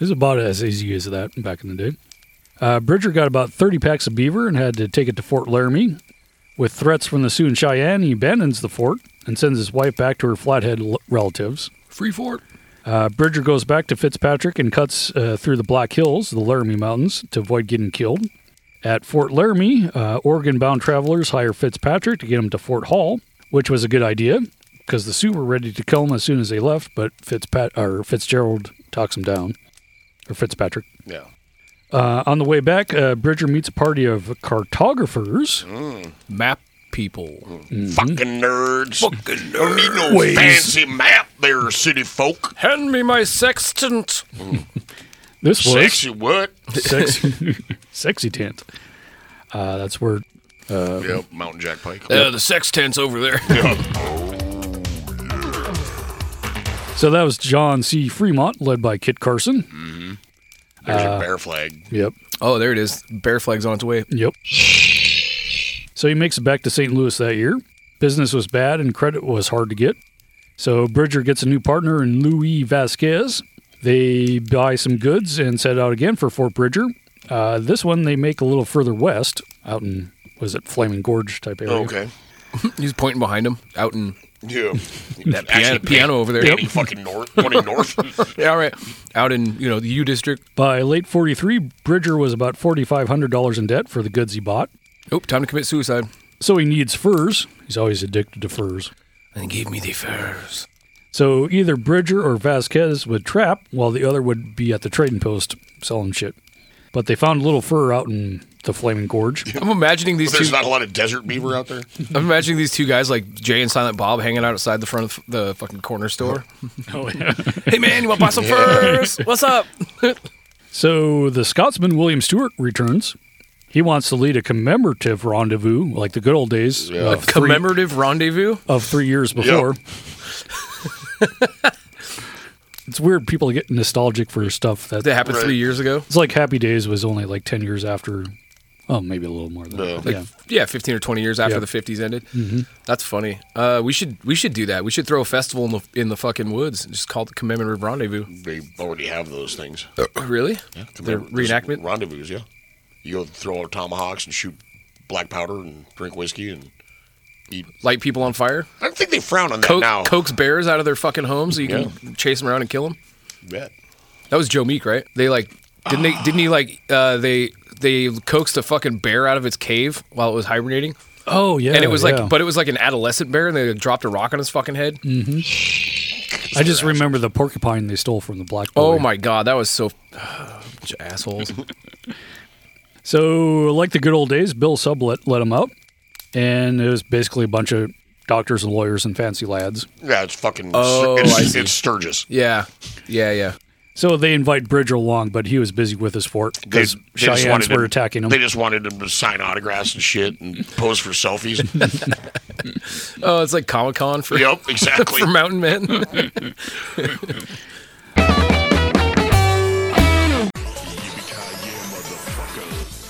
[SPEAKER 3] was about as easy as that back in the day. Uh, Bridger got about 30 packs of beaver and had to take it to Fort Laramie. With threats from the Sioux and Cheyenne, he abandons the fort and sends his wife back to her flathead l- relatives.
[SPEAKER 1] Free fort.
[SPEAKER 3] Uh, Bridger goes back to Fitzpatrick and cuts uh, through the Black Hills, the Laramie Mountains, to avoid getting killed. At Fort Laramie, uh, Oregon bound travelers hire Fitzpatrick to get him to Fort Hall, which was a good idea because the Sioux were ready to kill him as soon as they left, but Fitzpat- or Fitzgerald talks him down, or Fitzpatrick.
[SPEAKER 2] Yeah.
[SPEAKER 3] Uh, on the way back, uh, Bridger meets a party of cartographers.
[SPEAKER 1] Map people.
[SPEAKER 2] Fucking nerds.
[SPEAKER 1] Fucking
[SPEAKER 2] Don't need no
[SPEAKER 3] Ways.
[SPEAKER 2] fancy map there, city folk.
[SPEAKER 1] Hand me my sextant. Uh,
[SPEAKER 3] This was
[SPEAKER 2] Sexy what?
[SPEAKER 3] sexy, sexy tent. Uh, that's where. Uh,
[SPEAKER 2] Yep, Mountain Jack Pike.
[SPEAKER 1] Uh, the sextant's over there.
[SPEAKER 3] So that was John C. Fremont, led by Kit Carson.
[SPEAKER 2] There's
[SPEAKER 3] Uh,
[SPEAKER 2] a bear flag.
[SPEAKER 3] Yep.
[SPEAKER 1] Oh, there it is. Bear flag's on its way.
[SPEAKER 3] Yep. So he makes it back to St. Louis that year. Business was bad and credit was hard to get. So Bridger gets a new partner in Louis Vasquez. They buy some goods and set out again for Fort Bridger. Uh, this one they make a little further west, out in, was it Flaming Gorge type area?
[SPEAKER 2] okay.
[SPEAKER 1] He's pointing behind him, out in
[SPEAKER 2] Yeah.
[SPEAKER 1] that piano, piano over there.
[SPEAKER 2] Any fucking north, pointing north.
[SPEAKER 1] Yeah, all right. Out in you know the U district.
[SPEAKER 3] By late 43, Bridger was about $4,500 in debt for the goods he bought.
[SPEAKER 1] Oh, time to commit suicide.
[SPEAKER 3] So he needs furs. He's always addicted to furs.
[SPEAKER 1] And give me the furs.
[SPEAKER 3] So either Bridger or Vasquez would trap, while the other would be at the trading post selling shit. But they found a little fur out in the Flaming Gorge.
[SPEAKER 1] I'm imagining these
[SPEAKER 2] There's
[SPEAKER 1] two.
[SPEAKER 2] not a lot of desert beaver out there.
[SPEAKER 1] I'm imagining these two guys like Jay and Silent Bob hanging out outside the front of the fucking corner store.
[SPEAKER 3] Oh, yeah.
[SPEAKER 1] hey man, you want to buy some furs? What's up?
[SPEAKER 3] So the Scotsman William Stewart returns. He wants to lead a commemorative rendezvous, like the good old days of, three,
[SPEAKER 1] Commemorative rendezvous.
[SPEAKER 3] of three years before. it's weird people get nostalgic for stuff that
[SPEAKER 1] That happened three years ago.
[SPEAKER 3] It's like Happy Days was only like 10 years after, oh, maybe a little more than that.
[SPEAKER 1] Like,
[SPEAKER 3] yeah.
[SPEAKER 1] yeah. 15 or 20 years after
[SPEAKER 3] Yeah.
[SPEAKER 1] the 50s ended. That's funny. Uh, we should we should do that. We should throw a festival in the in the fucking woods and just call it the commemorative rendezvous.
[SPEAKER 2] They already have those things.
[SPEAKER 1] really? Yeah, the
[SPEAKER 2] Commemor- there's
[SPEAKER 1] reenactment.
[SPEAKER 2] rendezvous. Yeah, you go throw out tomahawks and shoot black powder and drink whiskey and eat.
[SPEAKER 1] Light people on fire.
[SPEAKER 2] I don't think they frown on that
[SPEAKER 1] Coke,
[SPEAKER 2] now.
[SPEAKER 1] Coke's bears out of their fucking homes so you can chase them around and kill them.
[SPEAKER 2] Yeah.
[SPEAKER 1] That was Joe Meek, right? They like didn't they didn't he like uh, they they coaxed a fucking bear out of its cave while it was hibernating,
[SPEAKER 3] Oh, yeah.
[SPEAKER 1] and it was
[SPEAKER 3] yeah. Mm.
[SPEAKER 1] like but it was like an adolescent bear, and they dropped a rock on his fucking head.
[SPEAKER 3] I just remember the porcupine they stole from the black boy.
[SPEAKER 1] Oh my god, that was so bunch of assholes.
[SPEAKER 3] So, like the good old days, Bill Sublet let him out, and it was basically a bunch of doctors and lawyers and fancy lads.
[SPEAKER 2] Yeah, it's fucking.
[SPEAKER 1] Oh,
[SPEAKER 2] it's,
[SPEAKER 1] I see.
[SPEAKER 2] it's Sturgis.
[SPEAKER 1] yeah, yeah, yeah.
[SPEAKER 3] So they invite Bridger along, but he was busy with his fort
[SPEAKER 2] They-
[SPEAKER 3] because
[SPEAKER 2] they just
[SPEAKER 3] Cheyennes
[SPEAKER 2] wanted
[SPEAKER 3] were
[SPEAKER 2] him-
[SPEAKER 3] attacking him.
[SPEAKER 2] They just wanted him to sign autographs and shit and pose for selfies.
[SPEAKER 1] Oh, it's like Comic Con for
[SPEAKER 2] yep, exactly.
[SPEAKER 1] for mountain men.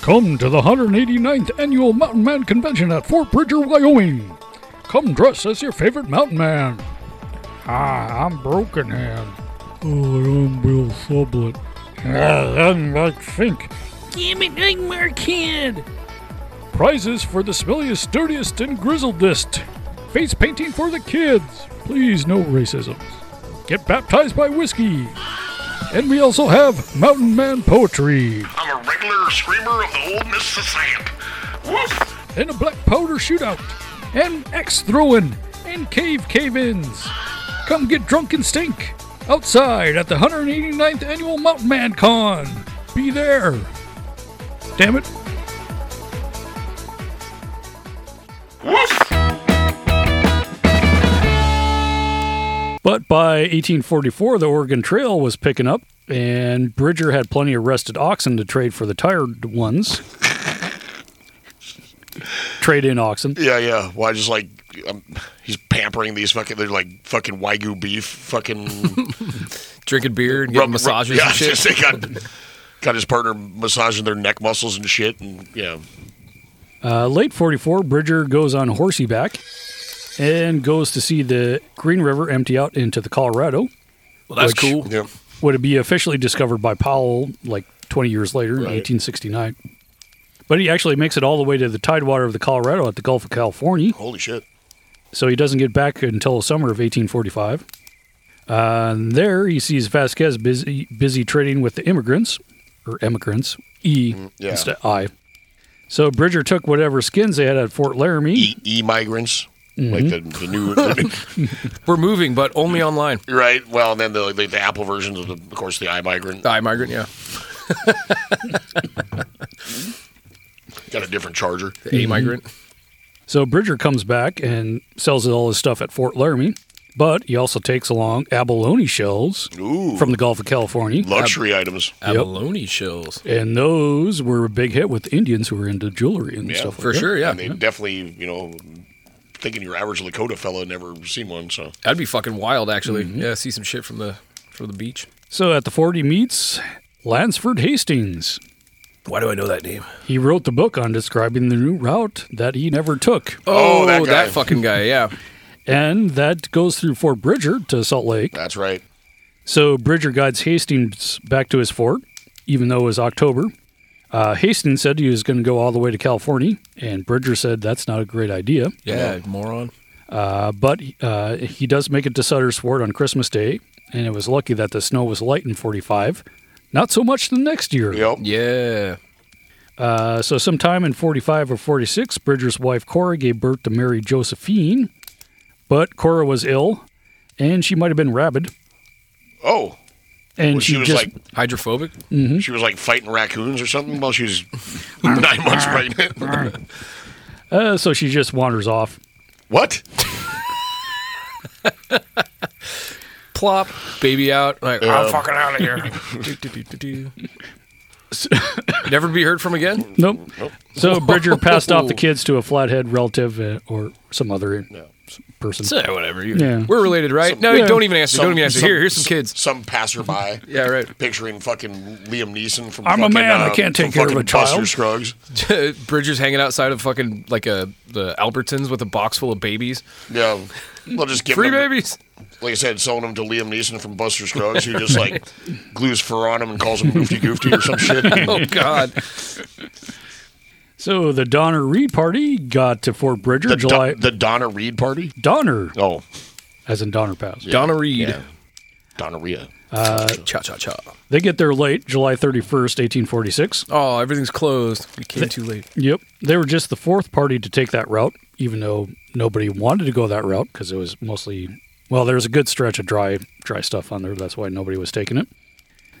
[SPEAKER 3] Come to the 189th Annual Mountain Man Convention at Fort Bridger, Wyoming. Come dress as your favorite mountain man. Hi, I'm Broken Hand. Oh, I'm Bill Sublet. Ah, I'm Mike Fink.
[SPEAKER 14] Damn it, like Marquand.
[SPEAKER 3] Prizes for the smelliest, dirtiest, and grizzledest. Face painting for the kids. Please, no racism. Get baptized by whiskey. And we also have Mountain Man poetry
[SPEAKER 2] I'm a regular screamer of the old Miss Sand. Woof.
[SPEAKER 3] and a black powder shootout and axe throwing and cave cave ins. Come get drunk and stink outside at the 189th Annual Mountain Man Con. Be there. Damn it. But by 1844, the Oregon Trail was picking up, and Bridger had plenty of rested oxen to trade for the tired ones. trade in oxen.
[SPEAKER 2] Yeah, yeah. Why just like um, he's pampering these fucking? They're like fucking wagyu beef, fucking
[SPEAKER 1] Drinking beer and getting
[SPEAKER 2] Rub- rub-
[SPEAKER 1] massages
[SPEAKER 2] yeah,
[SPEAKER 1] and shit.
[SPEAKER 2] just- they got, got his partner massaging their neck muscles and shit, and yeah,
[SPEAKER 3] Uh, late 44, Bridger goes on horseyback. and goes to see the Green River empty out into the Colorado.
[SPEAKER 1] Well, that's cool.
[SPEAKER 2] Yeah.
[SPEAKER 3] Would it be officially discovered by Powell like 20 years later in 1869? But he actually makes it all the way to the tidewater of the Colorado at the Gulf of California.
[SPEAKER 2] Holy shit.
[SPEAKER 3] So he doesn't get back until the summer of 1845. Uh, and there he sees Vasquez busy busy trading with the immigrants, or emigrants, E
[SPEAKER 2] yeah.
[SPEAKER 3] instead I. So Bridger took whatever skins they had at Fort Laramie. E,
[SPEAKER 2] e migrants,
[SPEAKER 1] Mhm.
[SPEAKER 2] like the, the new.
[SPEAKER 1] We're moving, but only online.
[SPEAKER 2] right. Well, and then the, the, the Apple version of, the, of course, the iMigrant.
[SPEAKER 1] The iMigrant, yeah.
[SPEAKER 2] Got a different charger.
[SPEAKER 1] The
[SPEAKER 3] Mm-hmm.
[SPEAKER 1] A migrant.
[SPEAKER 3] So Bridger comes back and sells all his stuff at Fort Laramie, but he also takes along abalone shells from the Gulf of California.
[SPEAKER 2] Luxury items.
[SPEAKER 3] Yep.
[SPEAKER 1] Abalone shells.
[SPEAKER 3] And those were a big hit with Indians who were into jewelry and stuff like that.
[SPEAKER 2] And they definitely, you know, thinking your average Lakota fella never seen one, so.
[SPEAKER 1] That'd be fucking wild, actually.
[SPEAKER 3] Mm-hmm.
[SPEAKER 1] Yeah, see some shit from the from the beach.
[SPEAKER 3] So at the 40 meets, Lansford Hastings.
[SPEAKER 1] Why do I know that name?
[SPEAKER 3] He wrote the book on describing the new route that he never took.
[SPEAKER 1] Oh, that, fucking guy. Yeah.
[SPEAKER 3] and that goes through Fort Bridger to Salt Lake.
[SPEAKER 2] That's right.
[SPEAKER 3] So Bridger guides Hastings back to his fort, even though it was October. Uh, Hastings said he was going to go all the way to California, and Bridger said that's not a great idea.
[SPEAKER 1] yeah, moron.
[SPEAKER 3] Uh, but uh, he does make it to Sutter's Fort on Christmas Day, and it was lucky that the snow was light in 45. Not so much the next year.
[SPEAKER 2] Yep.
[SPEAKER 1] Yeah.
[SPEAKER 3] Uh, so, sometime in 45 or 46, Bridger's wife Cora gave birth to Mary Josephine, but Cora was ill, and she might have been rabid.
[SPEAKER 2] Oh.
[SPEAKER 3] And
[SPEAKER 2] Well,
[SPEAKER 3] she,
[SPEAKER 2] she was
[SPEAKER 3] just
[SPEAKER 2] like
[SPEAKER 1] hydrophobic.
[SPEAKER 3] Mhm.
[SPEAKER 2] She was like fighting raccoons or something while she was nine months pregnant.
[SPEAKER 3] uh, so she just wanders off.
[SPEAKER 2] what?
[SPEAKER 1] Plop, baby out. Like
[SPEAKER 2] Yeah.
[SPEAKER 1] I'm fucking out of here. Do, do, do, do, do. Never be heard from again.
[SPEAKER 3] Nope. So Bridger passed off the kids to a flathead relative uh, or some other person.
[SPEAKER 1] So whatever. You,
[SPEAKER 3] Yeah.
[SPEAKER 1] We're related, right?
[SPEAKER 2] Some-
[SPEAKER 1] no,
[SPEAKER 3] yeah.
[SPEAKER 1] don't even answer.
[SPEAKER 2] Some-
[SPEAKER 1] don't even answer.
[SPEAKER 2] some-
[SPEAKER 1] Here, here's some kids.
[SPEAKER 2] Some passerby.
[SPEAKER 1] yeah, right.
[SPEAKER 2] Picturing fucking Liam Neeson from.
[SPEAKER 1] I'm a
[SPEAKER 2] fucking,
[SPEAKER 1] man,
[SPEAKER 2] uh,
[SPEAKER 1] I can't
[SPEAKER 2] from
[SPEAKER 1] take care of
[SPEAKER 2] fucking
[SPEAKER 1] a child.
[SPEAKER 2] Buster Scruggs.
[SPEAKER 1] Bridger's hanging outside of fucking like a the Albertsons with a box full of babies.
[SPEAKER 2] Yeah, they'll just give
[SPEAKER 1] Free
[SPEAKER 2] them,
[SPEAKER 1] babies.
[SPEAKER 2] Like I said, selling them to Liam Neeson from Buster Scruggs, who just like glues fur on him and calls him Goofy Goofy or some shit.
[SPEAKER 1] oh God.
[SPEAKER 3] So the Donner Reed party got to Fort Bridger
[SPEAKER 2] The,
[SPEAKER 3] July.
[SPEAKER 2] Don- the Donna Reed party.
[SPEAKER 3] Donner.
[SPEAKER 2] Oh,
[SPEAKER 3] as in Donner Pass.
[SPEAKER 1] Donna Reed.
[SPEAKER 2] Gonorrhea.
[SPEAKER 3] Uh,
[SPEAKER 1] cha cha cha.
[SPEAKER 3] They get there late, July 31st, 1846.
[SPEAKER 1] Oh, everything's closed. We came
[SPEAKER 3] They-
[SPEAKER 1] too late.
[SPEAKER 3] Yep. They were just the fourth party to take that route, even though nobody wanted to go that route because it was mostly, well, there was a good stretch of dry, dry stuff on there. That's why nobody was taking it.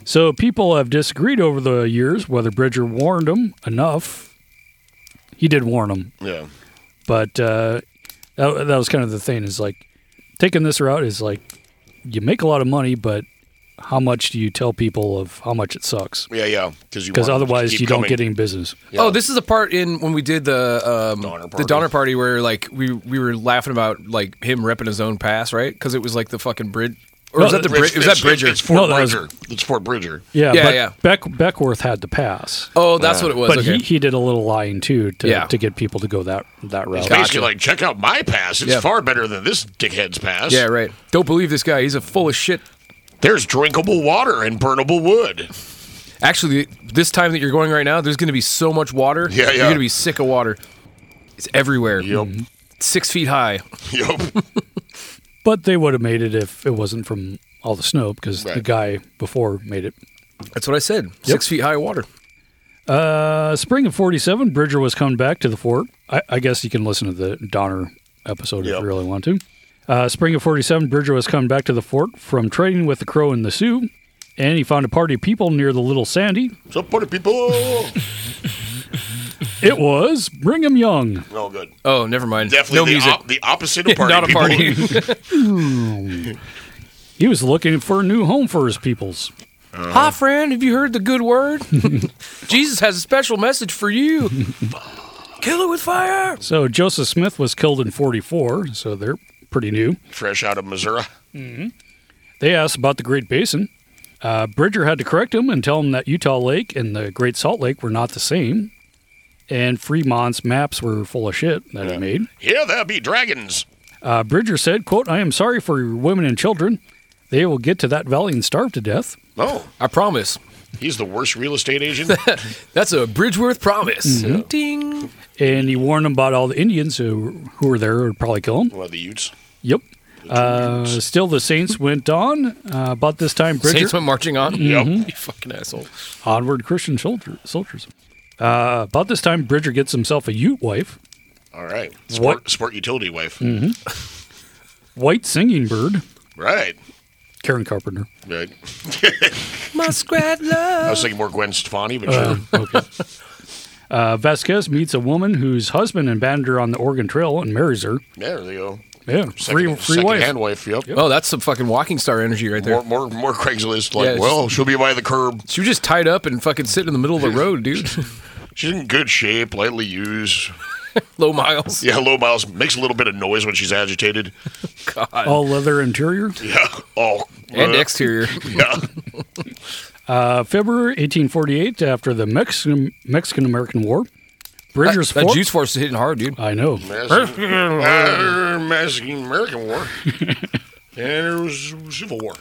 [SPEAKER 3] So people have disagreed over the years whether Bridger warned them enough. He did warn them,
[SPEAKER 2] Yeah.
[SPEAKER 3] but uh, that, that was kind of the thing is like taking this route is like you make a lot of money, but how much do you tell people of how much it sucks?
[SPEAKER 2] Yeah, yeah. Because
[SPEAKER 3] Because otherwise you don't get any business.
[SPEAKER 1] Oh, this is a part in when we did the um, the Donner Party where like we we were laughing about like him repping his own pass, right? Because it was like the fucking bridge, or was that the bridge? Was that Bridger?
[SPEAKER 2] It's, Fort
[SPEAKER 3] No, that was-
[SPEAKER 2] Bridger. It's Fort Bridger.
[SPEAKER 3] Yeah,
[SPEAKER 1] Yeah,
[SPEAKER 3] but
[SPEAKER 1] yeah.
[SPEAKER 3] Beck, Beckworth had to pass.
[SPEAKER 1] Oh, that's what it was,
[SPEAKER 3] But
[SPEAKER 1] okay.
[SPEAKER 3] he, he did a little lying too to,
[SPEAKER 1] Yeah.
[SPEAKER 3] to get people to go that that route.
[SPEAKER 2] It's basically like, check out my pass. It's
[SPEAKER 1] Yeah.
[SPEAKER 2] far better than this dickhead's pass.
[SPEAKER 1] Yeah, right. Don't believe this guy. He's a full of shit.
[SPEAKER 2] There's drinkable water and burnable wood.
[SPEAKER 1] Actually, this time that you're going right now, there's going to be so much water.
[SPEAKER 2] Yeah, yeah.
[SPEAKER 1] You're going to be sick of water. It's everywhere.
[SPEAKER 2] Yep.
[SPEAKER 1] Six feet high.
[SPEAKER 2] Yep.
[SPEAKER 3] but they would have made it if it wasn't from all the snow because the
[SPEAKER 1] Right.
[SPEAKER 3] guy before made it.
[SPEAKER 1] That's what I said. Six feet high water.
[SPEAKER 3] Uh, spring of '47, Bridger was coming back to the fort. I, I guess you can listen to the Donner episode if you really want to. Uh, spring of '47, Bridger was coming back to the fort from trading with the Crow and the Sioux, and he found a party of people near the Little Sandy.
[SPEAKER 2] So party people.
[SPEAKER 3] It was Brigham Young.
[SPEAKER 2] No good.
[SPEAKER 1] Oh, never mind.
[SPEAKER 2] Definitely
[SPEAKER 1] No
[SPEAKER 2] the,
[SPEAKER 1] music.
[SPEAKER 2] Op- the opposite of party
[SPEAKER 1] Not a party.
[SPEAKER 2] people.
[SPEAKER 3] He was looking for a new home for his peoples.
[SPEAKER 1] Hi, friend. Have you heard the good word? Jesus has a special message for you. Kill it with fire.
[SPEAKER 3] So Joseph Smith was killed in 44, so they're pretty new.
[SPEAKER 2] Fresh out of Missouri.
[SPEAKER 3] They asked about the Great Basin. Uh, Bridger had to correct him and tell him that Utah Lake and the Great Salt Lake were not the same. And Fremont's maps were full of shit that he made.
[SPEAKER 2] Here there be dragons.
[SPEAKER 3] Uh, Bridger said, quote, I am sorry for your women and children. They will get to that valley and starve to death.
[SPEAKER 2] Oh.
[SPEAKER 1] I promise.
[SPEAKER 2] He's the worst real estate agent.
[SPEAKER 1] That's a Bridgeworth promise.
[SPEAKER 3] Mhm.
[SPEAKER 1] Mm-hmm. Ding.
[SPEAKER 3] And he warned them about all the Indians who, who were there would probably kill them.
[SPEAKER 2] Well, the Utes.
[SPEAKER 3] Yep. Uh, still, the Saints went on. Uh, about this time, Bridger.
[SPEAKER 1] Saints went marching on.
[SPEAKER 3] Mhm.
[SPEAKER 1] Yep. You fucking asshole.
[SPEAKER 3] Onward Christian soldier, soldiers. Uh, about this time, Bridger gets himself a Ute wife.
[SPEAKER 2] All right. Sport,
[SPEAKER 3] What?
[SPEAKER 2] sport utility wife.
[SPEAKER 3] hmm White singing bird,
[SPEAKER 2] Right.
[SPEAKER 3] Karen Carpenter.
[SPEAKER 2] Right.
[SPEAKER 1] Muskrat love.
[SPEAKER 2] I was thinking more Gwen Stefani, but
[SPEAKER 3] Uh,
[SPEAKER 1] Oh,
[SPEAKER 2] sure.
[SPEAKER 3] okay. Uh, Vasquez meets a woman whose husband abandoned her on the Oregon Trail and marries her.
[SPEAKER 2] There they go.
[SPEAKER 3] Yeah, free, free wife.
[SPEAKER 2] Hand wife. Yep.
[SPEAKER 1] Oh, that's some fucking walking star energy right there.
[SPEAKER 2] More, more, more Craigslist. Like,
[SPEAKER 1] Yeah,
[SPEAKER 2] well,
[SPEAKER 1] just-
[SPEAKER 2] she'll be by the curb.
[SPEAKER 1] She was just tied up and fucking sitting in the middle of the road, dude.
[SPEAKER 2] She's in good shape, lightly used.
[SPEAKER 1] low miles.
[SPEAKER 2] Yeah, low miles. Makes a little bit of noise when she's agitated.
[SPEAKER 1] God.
[SPEAKER 3] All leather interior.
[SPEAKER 2] Yeah. Oh.
[SPEAKER 1] And exterior.
[SPEAKER 2] Yeah.
[SPEAKER 3] Uh, February 1848, after the Mexican Mexican American War, Bridger's
[SPEAKER 1] that, that
[SPEAKER 3] fort-
[SPEAKER 1] juice force is hitting hard, dude.
[SPEAKER 3] I know.
[SPEAKER 2] Mexican, uh, Mexican American War. and there was Civil War.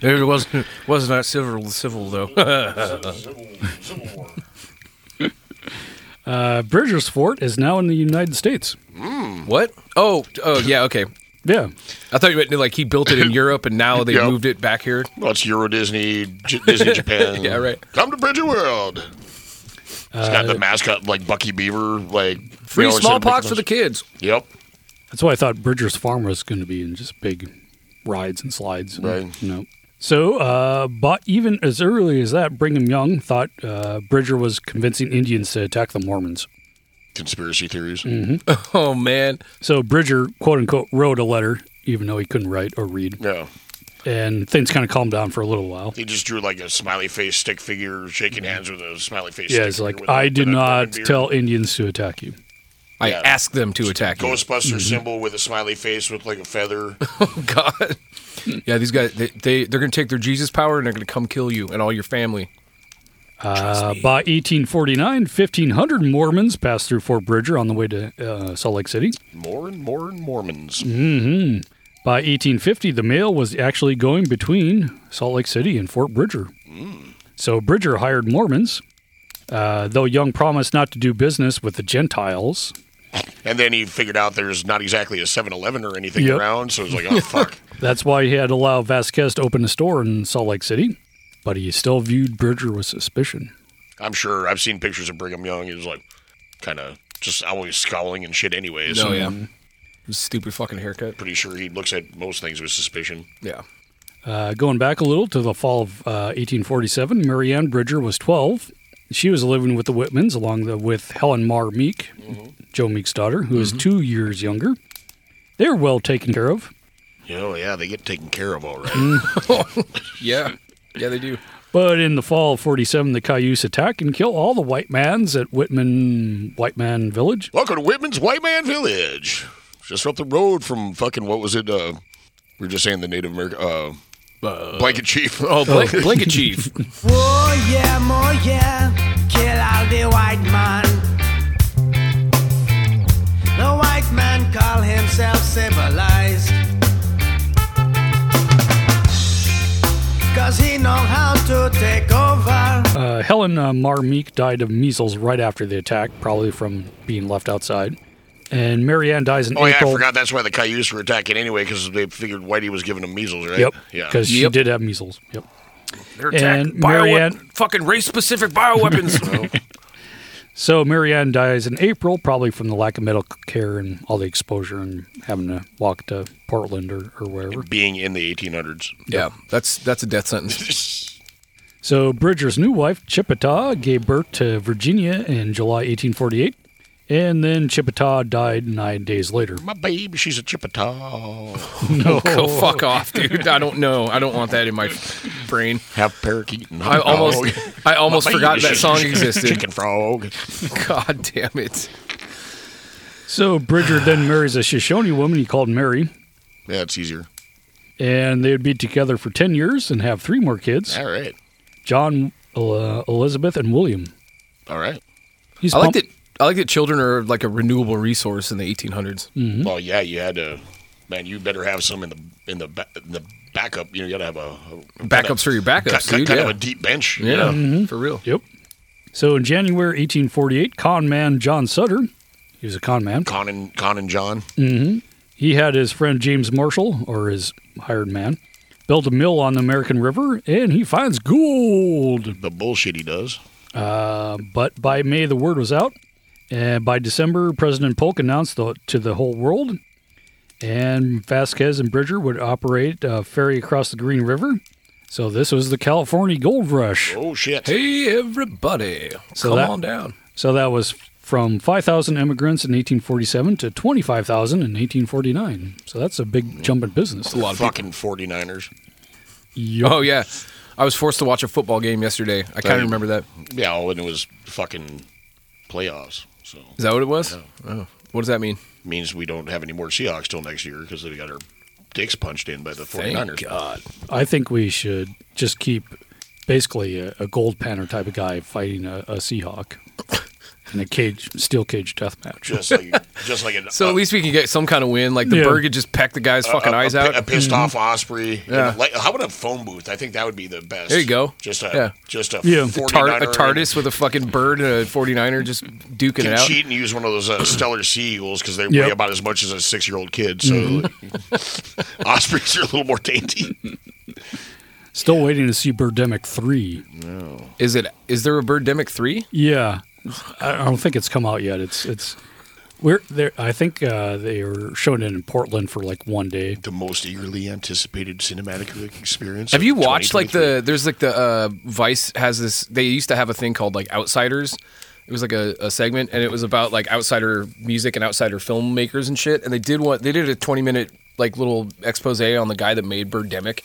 [SPEAKER 1] It was was not civil civil though.
[SPEAKER 3] Uh, Bridger's fort is now in the United States.
[SPEAKER 1] what? Oh, oh yeah, okay.
[SPEAKER 3] Yeah.
[SPEAKER 1] I thought you meant like he built it in Europe and now they
[SPEAKER 2] Yep.
[SPEAKER 1] moved it back here.
[SPEAKER 2] Well, it's Euro Disney, J- Disney Japan.
[SPEAKER 1] Yeah, right. Uh,
[SPEAKER 2] Come to Bridger World. It's got the mascot like Bucky Beaver, like
[SPEAKER 1] Free
[SPEAKER 2] you know, instead of
[SPEAKER 1] smallpox
[SPEAKER 2] Mickey
[SPEAKER 1] for the
[SPEAKER 2] Mouse.
[SPEAKER 1] kids.
[SPEAKER 2] Yep.
[SPEAKER 3] That's why I thought Bridger's farm was going to be in just big rides and slides. and,
[SPEAKER 2] Right.
[SPEAKER 3] You know. So, uh, but even as early as that, Brigham Young thought uh, Bridger was convincing Indians to attack the Mormons.
[SPEAKER 2] Conspiracy theories.
[SPEAKER 1] Oh man.
[SPEAKER 3] So Bridger, quote unquote, wrote a letter, even though he couldn't write or read.
[SPEAKER 2] Yeah.
[SPEAKER 3] And things kind of calmed down for a little while.
[SPEAKER 2] He just drew like a smiley face stick figure, shaking
[SPEAKER 1] Mm-hmm.
[SPEAKER 2] hands with a smiley face.
[SPEAKER 3] Yeah,
[SPEAKER 2] stick
[SPEAKER 3] it's
[SPEAKER 2] figure
[SPEAKER 3] like,
[SPEAKER 2] with a-
[SPEAKER 3] I did
[SPEAKER 2] with a
[SPEAKER 3] not
[SPEAKER 2] bourbon beer.
[SPEAKER 3] tell Indians to attack you.
[SPEAKER 1] I Mm-hmm.
[SPEAKER 2] Yeah.
[SPEAKER 1] asked them to attack you.
[SPEAKER 2] Ghostbuster symbol with a smiley face with like a feather.
[SPEAKER 1] God. Yeah, these guys they, they they're gonna take their Jesus power and they're gonna come kill you and all your family.
[SPEAKER 3] Uh, by 1849, 1,500 Mormons passed through Fort Bridger on the way to uh, Salt Lake City.
[SPEAKER 2] More and more and Mormons.
[SPEAKER 3] hmm By 1850, the mail was actually going between Salt Lake City and Fort Bridger. So Bridger hired Mormons, uh, though Young promised not to do business with the Gentiles.
[SPEAKER 2] And then he figured out there's not exactly a 7-Eleven or anything
[SPEAKER 3] Yep.
[SPEAKER 2] around, so it was like, oh fuck.
[SPEAKER 3] That's why he had to allow Vasquez to open a store in Salt Lake City, but he still viewed Bridger with suspicion.
[SPEAKER 2] I'm sure I've seen pictures of Brigham Young. He was like, kind of just always scowling and shit. Anyway, so
[SPEAKER 1] No, Oh, yeah.
[SPEAKER 2] Mm-hmm.
[SPEAKER 1] Stupid fucking haircut.
[SPEAKER 2] pretty sure he looks at most things with suspicion.
[SPEAKER 1] Yeah.
[SPEAKER 3] Uh, going back a little to the fall of uh, 1847, Marianne Bridger was 12. She was living with the Whitmans along the, with Helen Mar Meek,
[SPEAKER 2] Mm-hmm.
[SPEAKER 3] Joe Meek's daughter, who is two years younger. They were well taken care of,
[SPEAKER 2] Oh yeah, they get taken care of all
[SPEAKER 1] Mm-hmm.
[SPEAKER 2] right.
[SPEAKER 1] Yeah. Yeah, they do.
[SPEAKER 3] but in the fall of 47, the Cayuse attack and kill all the white mans at Whitman White Man Village.
[SPEAKER 2] Welcome to Whitman's White Man Village, just up the road from fucking what was it? Uh, we were just saying the Native American uh, blanket chief.
[SPEAKER 1] Oh, Blanket, blanket Chief.
[SPEAKER 12] Oh yeah, more yeah, kill all the white man. The white man call himself civilized. Cause he know how to take over.
[SPEAKER 3] Uh, Helen uh, Mar Meek died of measles right after the attack, probably from being left outside. And Marianne dies in
[SPEAKER 2] Oh yeah, I
[SPEAKER 3] April.
[SPEAKER 2] forgot that's why the Cayuse were attacking anyway because they figured Whitey was giving them measles, right?
[SPEAKER 3] Yep.
[SPEAKER 2] Yeah.
[SPEAKER 3] Because she did have measles. Yep.
[SPEAKER 1] They're
[SPEAKER 3] And
[SPEAKER 1] attacked. Bio-
[SPEAKER 3] Marianne-
[SPEAKER 1] fucking race specific bioweapons.
[SPEAKER 3] So Marianne dies in April, probably from the lack of medical care and all the exposure and having to walk to Portland or, or wherever.
[SPEAKER 2] being in the 1800s.
[SPEAKER 1] yeah, that's that's a death sentence.
[SPEAKER 3] So Bridger's new wife, Chippewa, gave birth to Virginia in July 1848. And then Chippewa died nine days later.
[SPEAKER 2] My baby, she's a Chippewa. Oh.
[SPEAKER 1] No. Go fuck off, dude. I don't know. I don't want that in my brain.
[SPEAKER 2] Half parakeet. And
[SPEAKER 1] I
[SPEAKER 2] hot dog.
[SPEAKER 1] almost I almost
[SPEAKER 2] Oh, My baby,
[SPEAKER 1] forgot that
[SPEAKER 2] she's a
[SPEAKER 1] song
[SPEAKER 2] chicken-
[SPEAKER 1] existed.
[SPEAKER 2] Chicken frog.
[SPEAKER 1] God damn it.
[SPEAKER 3] So Bridger then marries a Shoshone woman he called Mary.
[SPEAKER 2] Yeah, it's easier.
[SPEAKER 3] And they would be together for 10 years and have three more kids
[SPEAKER 2] All right.
[SPEAKER 3] John, uh, Elizabeth, and William.
[SPEAKER 2] All right.
[SPEAKER 3] He's
[SPEAKER 1] I like
[SPEAKER 3] pumped-
[SPEAKER 1] that I like that children are like a renewable resource in the 1800s.
[SPEAKER 2] Well, yeah, you had to. Man, you better have some in the in the ba- in the backup. You know, you gotta have a, a
[SPEAKER 1] Backups for your backups,
[SPEAKER 2] Kind, kind-
[SPEAKER 1] dude,
[SPEAKER 2] kind
[SPEAKER 1] yeah.
[SPEAKER 2] of a deep bench.
[SPEAKER 1] Yeah.
[SPEAKER 2] you
[SPEAKER 3] Mm-hmm.
[SPEAKER 2] know?
[SPEAKER 1] for real.
[SPEAKER 3] Yep. So in January 1848, con man John Sutter, he was a con man.
[SPEAKER 2] Con and Con and John.
[SPEAKER 3] hmm He had his friend James Marshall, or his hired man, build a mill on the American River, and he finds gold.
[SPEAKER 2] The bullshit he does.
[SPEAKER 3] Uh, but by May, the word was out. And by December, President Polk announced the, to the whole world, and Vasquez and Bridger would operate a ferry across the Green River. So this was the California Gold Rush.
[SPEAKER 2] Oh shit!
[SPEAKER 1] Hey everybody,
[SPEAKER 3] So
[SPEAKER 1] come
[SPEAKER 3] that-
[SPEAKER 1] on down.
[SPEAKER 3] So that was from 5,000 immigrants in 1847 to 25,000 in 1849. So that's a big jump in business.
[SPEAKER 2] a lot of fucking 49ers.
[SPEAKER 1] Oh yeah, I was forced to watch a football game yesterday. I kind
[SPEAKER 2] Right.
[SPEAKER 1] of remember that.
[SPEAKER 2] Yeah, well, and it was fucking playoffs. So
[SPEAKER 1] Is that what it was? Oh, what does that mean?
[SPEAKER 2] means we don't have any more Seahawks till next year because they got our dicks punched in by the 49ers.
[SPEAKER 1] God.
[SPEAKER 3] I think we should just keep basically a, a gold panner type of guy fighting a, a Seahawk in a cage, steel cage death match.
[SPEAKER 2] Just like just like an,
[SPEAKER 1] So at least we can get some kind of win. Like the
[SPEAKER 3] Yeah.
[SPEAKER 1] bird could just peck the guy's
[SPEAKER 2] Uh, a-
[SPEAKER 1] fucking
[SPEAKER 2] a-
[SPEAKER 1] eyes
[SPEAKER 2] a,
[SPEAKER 1] out. Mm-hmm.
[SPEAKER 2] A pissed off Osprey.
[SPEAKER 1] Yeah.
[SPEAKER 2] And like- how about a phone booth? I think that would be the best.
[SPEAKER 1] There you go.
[SPEAKER 2] Just a
[SPEAKER 1] Yeah.
[SPEAKER 2] just a
[SPEAKER 1] Yeah. The
[SPEAKER 2] 49er
[SPEAKER 1] tar- a TARDIS with a fucking bird and a 49er just duking
[SPEAKER 2] Can
[SPEAKER 1] it out.
[SPEAKER 2] cheat and use one of those uh, stellar sea eagles because they
[SPEAKER 1] Yep.
[SPEAKER 2] weigh about as much as a six-year-old kid. So
[SPEAKER 1] Mm-hmm.
[SPEAKER 2] ospreys are a little more dainty.
[SPEAKER 3] Still waiting to see Birdemic 3.
[SPEAKER 2] No.
[SPEAKER 1] Is it? Is there a Birdemic three?
[SPEAKER 3] Yeah. I I don't think it's come out yet. It's, it's, we're there. I think uh, they were showing it in Portland for like one day.
[SPEAKER 2] The most eagerly anticipated cinematic experience.
[SPEAKER 1] Have
[SPEAKER 2] of
[SPEAKER 1] you watched like the? There's like the uh, Vice has this. They used to have a thing called like Outsiders. It was like a, a segment, and it was about like outsider music and outsider filmmakers and shit. And they did what they did a 20 minute like little expose on the guy that made Birdemic.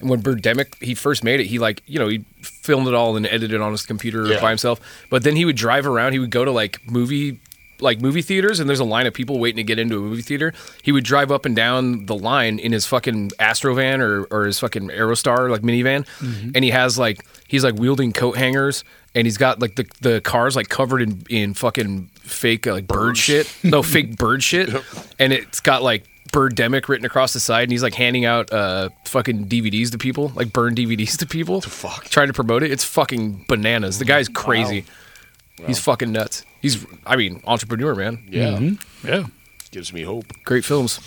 [SPEAKER 1] And when Birdemic he first made it, he like you know he filmed it all and edited it on his computer
[SPEAKER 2] Yeah.
[SPEAKER 1] by himself. But then he would drive around. He would go to like movie like movie theaters and there's a line of people waiting to get into a movie theater. He would drive up and down the line in his fucking Astrovan or or his fucking Aerostar like minivan, and he has like he's like wielding coat hangers and he's got like the the cars like covered in in fucking fake uh, like bird shit, no fake bird shit, and it's got like. Birdemic written across the side, and he's like handing out uh fucking DVDs to people, like burn DVDs to people. Fuck, trying to promote it. It's fucking bananas. The guy's crazy. He's fucking nuts. He's, I mean, entrepreneur, man.
[SPEAKER 2] Yeah. Mhm.
[SPEAKER 3] Yeah.
[SPEAKER 2] Gives me hope.
[SPEAKER 1] Great films.